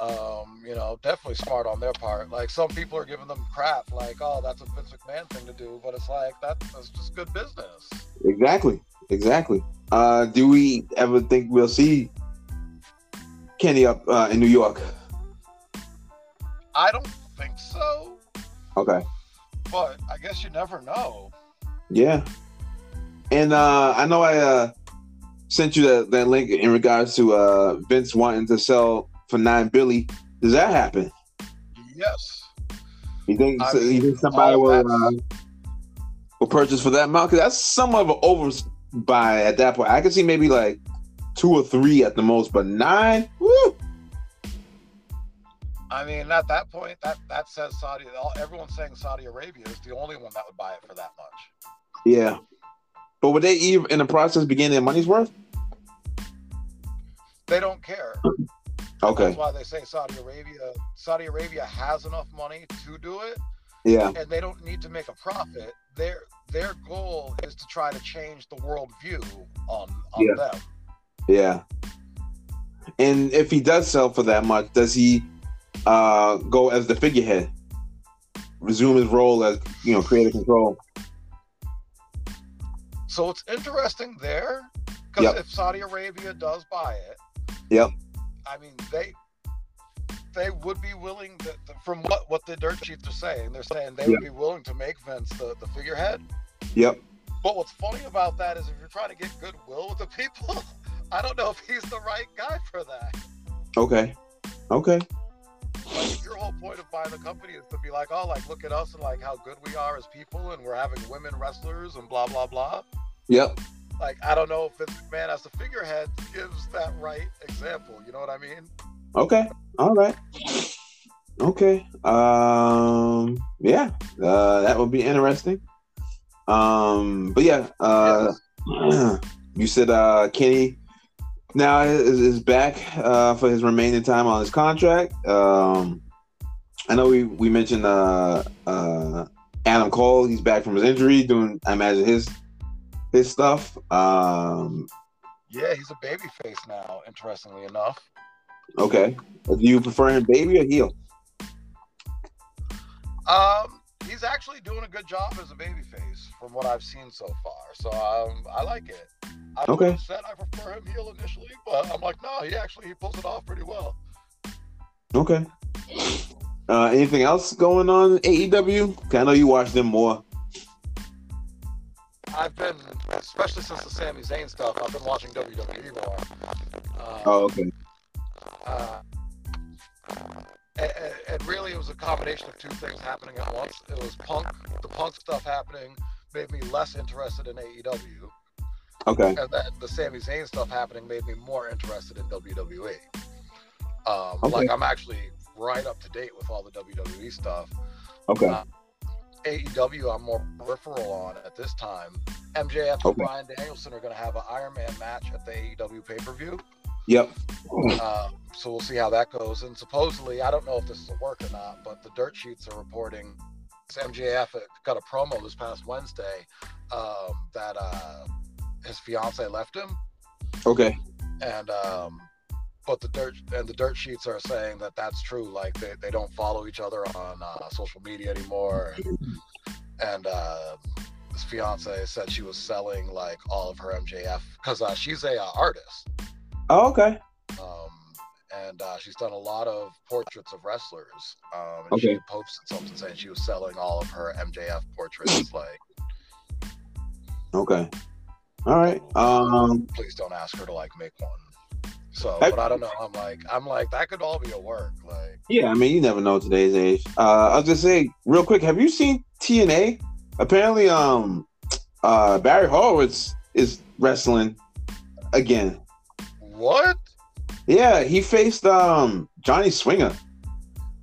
S3: Um, you know, definitely smart on their part. Like some people are giving them crap, like, "Oh, that's a Vince McMahon thing to do," but it's like that, that's just good business.
S2: Exactly, Exactly. Uh, do we ever think we'll see Kenny up uh, in New York?
S3: I don't think so,
S2: Okay.
S3: but I guess you never know.
S2: Yeah. And uh, I know I uh, sent you that, that link in regards to uh, Vince wanting to sell for nine Billy. Does that happen?
S3: Yes.
S2: You think
S3: I
S2: so- you think somebody
S3: all
S2: will uh,
S3: that's-
S2: will purchase for that amount? 'Cause that's somewhat of an overbuy at that point. I can see maybe like two or three at the most, but nine. Woo!
S3: I mean, at that point, that that says Saudi. All, everyone's saying Saudi Arabia is the only one that would buy it for that much.
S2: Yeah. But would they even in the process be getting their money's worth?
S3: They don't care.
S2: Okay.
S3: That's why they say Saudi Arabia. Saudi Arabia has enough money to do it,
S2: Yeah.
S3: and they don't need to make a profit. Their their goal is to try to change the world view on on
S2: Yeah.
S3: them.
S2: Yeah. And if he does sell for that much, does he uh go as the figurehead? Resume his role as, you know, creative control.
S3: So it's interesting there because
S2: Yep.
S3: if Saudi Arabia does buy it,
S2: Yep.
S3: I mean they they would be willing to, to- from what what the dirt sheets are saying, they're saying they would be willing to make Vince the, the figurehead.
S2: Yep.
S3: But what's funny about that is if you're trying to get goodwill with the people, (laughs) I don't know if he's the right guy for that.
S2: Okay. Okay.
S3: Like if your whole point of buying the company is to be like, oh, like look at us and like how good we are as people, and we're having women wrestlers and blah blah blah.
S2: Yep.
S3: like I don't know if Vince McMahon as the figurehead gives that right example. You know what I mean?
S2: Okay. All right. Okay. Um yeah. Uh that would be interesting. Um but yeah, uh (clears throat)
S3: Yes.
S2: you said uh, Kenny now is, is back uh, for his remaining time on his contract. Um, I know we we mentioned uh, uh, Adam Cole. He's back from his injury, doing I imagine his his stuff. Um,
S3: yeah, he's a babyface now. Interestingly enough,
S2: okay, do you prefer him baby or heel?
S3: um, he's actually doing a good job as a babyface from what I've seen so far. So um, I like it. I
S2: Okay.
S3: would've said I prefer him heel initially, but I'm like, no, he actually he pulls it off pretty well.
S2: Okay. Uh, anything else going on in AEW? 'Cause I know you watch them more.
S3: I've been, especially since the Sami Zayn stuff, I've been watching WWE more. Um,
S2: Oh, okay.
S3: uh, and, and really it was a combination of two things happening at once. It was punk, the punk stuff happening made me less interested in AEW,
S2: Okay.
S3: and then the Sami Zayn stuff happening made me more interested in WWE. Um,
S2: Okay.
S3: Like I'm actually right up to date with all the WWE stuff.
S2: Okay.
S3: AEW I'm more peripheral on at this time. MJF and
S2: Okay.
S3: Brian Danielson are going to have an Iron Man match at the E AEW pay per view.
S2: Yep.
S3: Uh, so we'll see how that goes. And supposedly, I don't know if this is a work or not, but the dirt sheets are reporting this MJF got a promo this past Wednesday um, that uh, his fiance left him,
S2: Okay.
S3: and um, but the dirt and the dirt sheets are saying that that's true. Like they, they don't follow each other on uh, social media anymore, and uh, his fiance said she was selling like all of her MJF because uh, she's a uh, artist
S2: Oh, okay.
S3: um, and uh, she's done a lot of portraits of wrestlers. Um, and
S2: Okay.
S3: She posted something saying she was selling all of her MJF
S2: (laughs)
S3: portraits. like,
S2: Okay. All right. Um,
S3: please don't ask her to like make one. So,
S2: I-
S3: but I don't know. I'm like, I'm like, that could all be a work. Like,
S2: Yeah, I mean, you never know today's age. Uh, I was just saying, real quick, have you seen TNA? Apparently, um, uh, Barry Horowitz is wrestling again.
S3: what?
S2: Yeah, he faced um Johnny Swinger.
S3: That's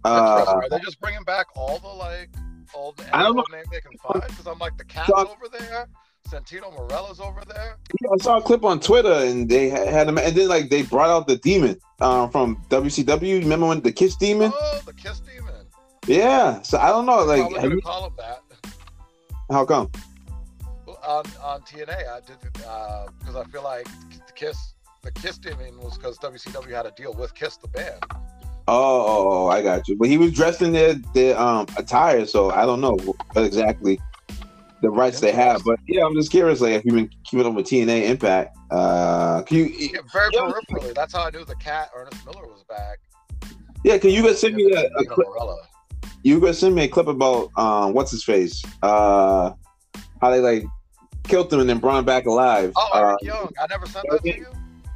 S2: Uh,
S3: Are they just bringing back all the like all the
S2: I don't know.
S3: old name they can find? Because I'm like, the cat's
S2: Doc-
S3: over there. Santino Morella's over there.
S2: yeah, I saw a clip on Twitter, and they ha- had him, and then like they brought out the demon uh, from WCW. Remember when the Kiss Demon?
S3: Oh, the Kiss Demon.
S2: Yeah. So I don't know, like,
S3: Probably
S2: have
S3: gonna
S2: you-
S3: call him that.
S2: how come?
S3: on on TNA. I did because I feel like the Kiss the Kiss demon was because WCW had a deal with Kiss the band.
S2: Oh, oh, oh, I got you. But he was dressed in their their um attire, so I don't know what exactly the rights they have. But yeah, I'm just curious. Like, if you've been keeping up with TNA Impact, uh, can you?
S3: Yeah, very
S2: Yeah.
S3: peripherally. That's how I knew the cat Ernest Miller was back.
S2: Yeah, can you guys send me a, a
S3: Vito
S2: clip?
S3: Morella.
S2: You guys send me a clip about um, what's his face? Uh, how they like killed him and then brought him back alive.
S3: Oh,
S2: uh,
S3: Eric Young. I never sent that to you.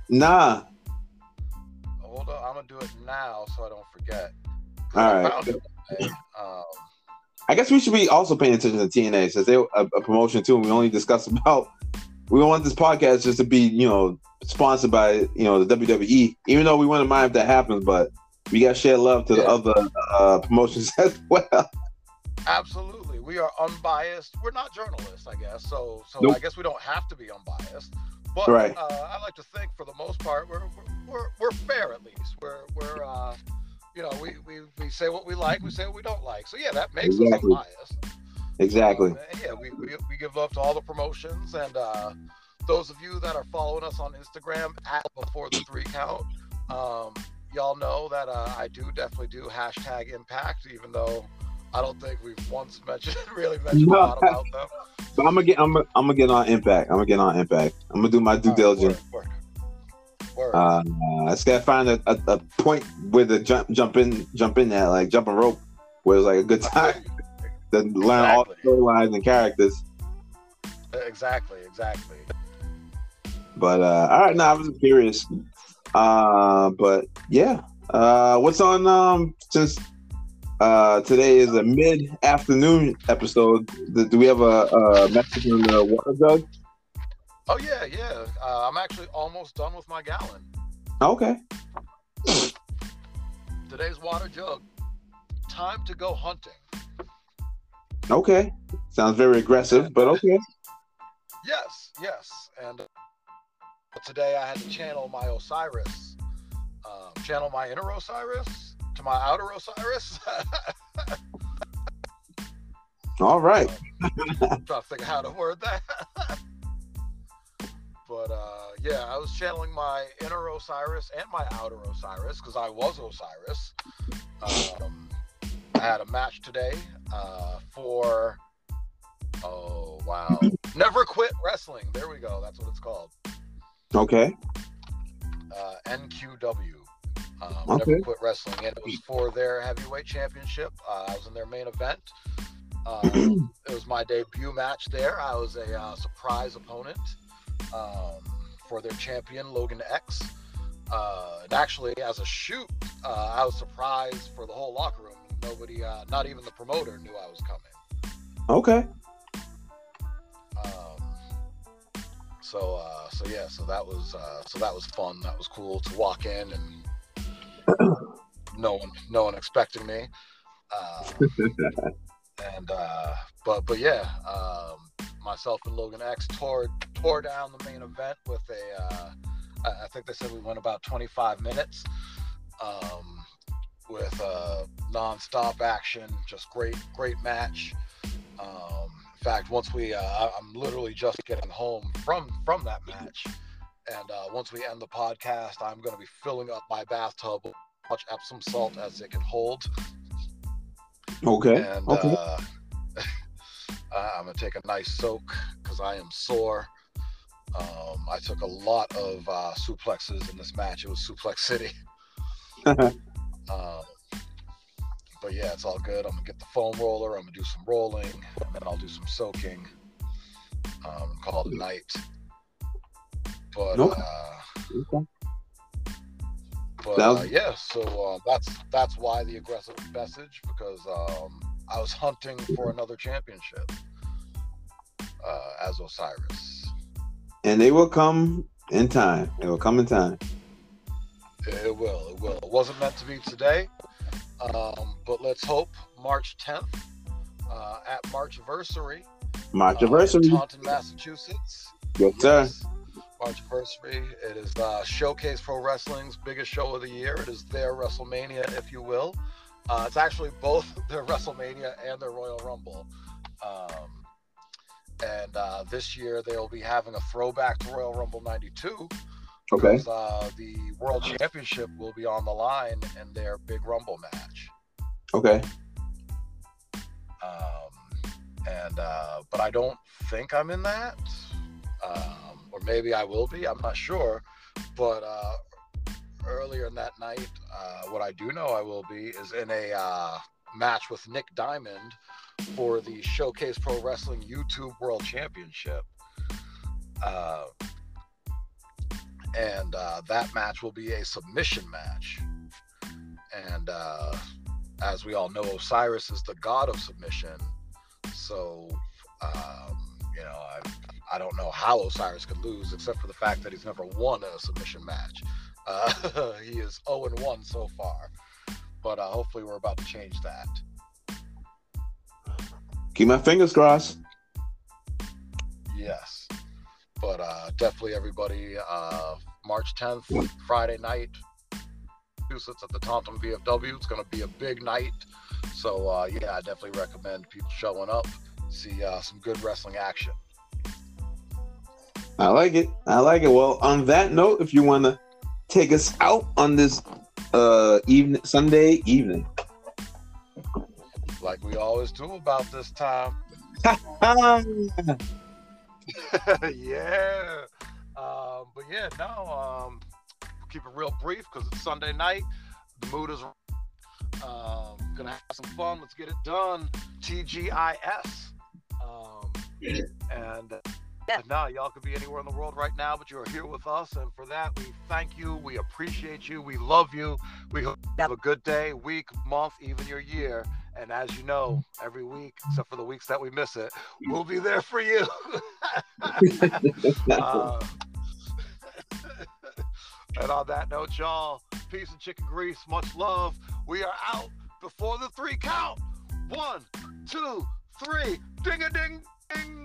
S2: nah.
S3: Hold on, I'm gonna do it now so I don't forget.
S2: All
S3: I
S2: right.
S3: (laughs) found it today. Um,
S2: I guess we should be also paying attention to TNA since they're a, a promotion too. And we only discuss (laughs) about. We don't want this podcast just to be, you know, sponsored by, you know, the WWE. Even though we wouldn't mind if that happens, but we got to share love to the
S3: Yeah.
S2: other uh, promotions (laughs) as well.
S3: absolutely, we are unbiased. We're not journalists, I guess. So, so
S2: Nope.
S3: I guess we don't have to be unbiased. But
S2: Right.
S3: uh, I like to think, for the most part, we're we're, we're, we're fair at least. We're we're uh, you know we, we we say what we like, we say what we don't like. So yeah, that makes us
S2: Exactly.
S3: unbiased.
S2: Exactly.
S3: Um, and yeah, we, we, we give love to all the promotions. And uh, those of you that are following us on Instagram at before the three count, um, y'all know that uh, I do definitely do hashtag impact, even though I don't think we've once mentioned, (laughs) really mentioned a
S2: No.
S3: lot about them.
S2: But I'm gonna get, I'm gonna, I'm gonna get on Impact. I'm gonna get on Impact. I'm gonna do my (laughs) due
S3: All right,
S2: diligence.
S3: Word, word, word.
S2: Uh, I just gotta find a, a, a point where the jump, jump in, jump in that like jumping rope, where it's like a good (laughs) time to learn all the
S3: Exactly.
S2: storylines and characters.
S3: exactly, exactly.
S2: But uh, all right, no, I was just curious. Uh, but yeah, uh, what's on? Um, since uh, today is a mid-afternoon episode, do do we have a, a message on the water jug?
S3: Oh, yeah, yeah. Uh, I'm actually almost done with my gallon.
S2: Okay,
S3: Today's water jug. Time to go hunting.
S2: okay, sounds very aggressive, but okay.
S3: Yes, yes. And uh, today I had to channel my Osiris, um, channel my inner Osiris to my outer Osiris. (laughs)
S2: All right,
S3: I'm trying to figure out how to word that. (laughs) but uh, yeah, I was channeling my inner Osiris and my outer Osiris because I was Osiris. Um, I had a match today uh, for. Oh, wow. Never Quit Wrestling. There we go. That's what it's called.
S2: okay,
S3: uh, NQW. Um,
S2: Okay.
S3: Never quit wrestling, and it was for their heavyweight championship. Uh, I was in their main event. Um, it was my debut match there. I was a uh, surprise opponent um, for their champion Logan X. Uh, and actually, as a shoot, uh, I was surprised for the whole locker room. Nobody, uh, not even the promoter, knew I was coming.
S2: okay. (laughs)
S3: Um, so, uh, so yeah, so that was uh, so that was fun. That was cool to walk in and (clears throat) no one, no one expecting me. Uh, and uh, but but yeah, um, myself and Logan X tore tore down the main event with a. Uh, I I think they said we went about 25 minutes. Um, with uh, non-stop action, just great, great match. Um, in fact, once we, uh, I- I'm literally just getting home from from that match, and uh, once we end the podcast, I'm going to be filling up my bathtub with as much Epsom salt as it can hold,
S2: Okay.
S3: and
S2: Okay.
S3: uh, (laughs) I- I'm going to take a nice soak because I am sore. Um, I took a lot of uh, suplexes in this match. It was
S2: (laughs)
S3: Suplex City. Um, but yeah, it's all good. I'm gonna get the foam roller. I'm gonna do some rolling, and then I'll do some soaking. Um, call it a night. But
S2: Okay.
S3: uh,
S2: Okay.
S3: but
S2: Sounds-
S3: uh, yeah, so uh, that's that's why the aggressive message because um, I was hunting for another championship uh, as Osiris.
S2: And they will come in time. They will come in time.
S3: It will. It will. It wasn't meant to be today, um, but let's hope March 10th uh, at Marchversary.
S2: March
S3: uh, in
S2: anniversary.
S3: Taunton, Massachusetts.
S2: Yes, sir.
S3: March anniversary. It is uh, Showcase Pro Wrestling's biggest show of the year. It is their WrestleMania, if you will. Uh, it's actually both (laughs) their WrestleMania and their Royal Rumble. Um, and uh, this year they'll be having a throwback to Royal Rumble 92
S2: Okay.
S3: because uh, the World Championship will be on the line in their big Rumble match.
S2: Okay.
S3: Um, and uh, but I don't think I'm in that, um, or maybe I will be. I'm not sure, but uh, earlier in that night, uh, what I do know I will be is in a uh, match with Nick Diamond for the Showcase Pro Wrestling YouTube World Championship. Uh, and uh, that match will be a submission match. And uh, as we all know, Osiris is the god of submission. So, um, you know, I, I don't know how Osiris could lose, except for the fact that he's never won a submission match. Uh, (laughs) he is 0 and 1 so far. But uh, hopefully, we're about to change that.
S2: Keep my fingers crossed.
S3: Yes. But uh, definitely, everybody, uh, March 10th, Friday night, Massachusetts at the Taunton VFW. It's going to be a big night. So, uh, yeah, I definitely recommend people showing up, see uh, some good wrestling action.
S2: I like it. I like it. Well, on that note, if you want to take us out on this uh evening, Sunday evening, (laughs)
S3: Like we always do about this time. (laughs)
S2: Ah,
S3: yeah. Um, but yeah, no. Um, we'll keep it real brief because it's Sunday night. The mood is um, gonna have some fun. Let's get it done. TGIS. Um, and uh, now y'all could be anywhere in the world right now, but you are here with us, and for that we thank you. We appreciate you. We love you. We hope you have a good day, week, month, even your year. And as you know, every week, except for the weeks that we miss it, we'll be there for you. Uh, (laughs) and on that note, y'all, peace and chicken grease, much love. We are out before the three count. One, two, three. Ding a ding ding.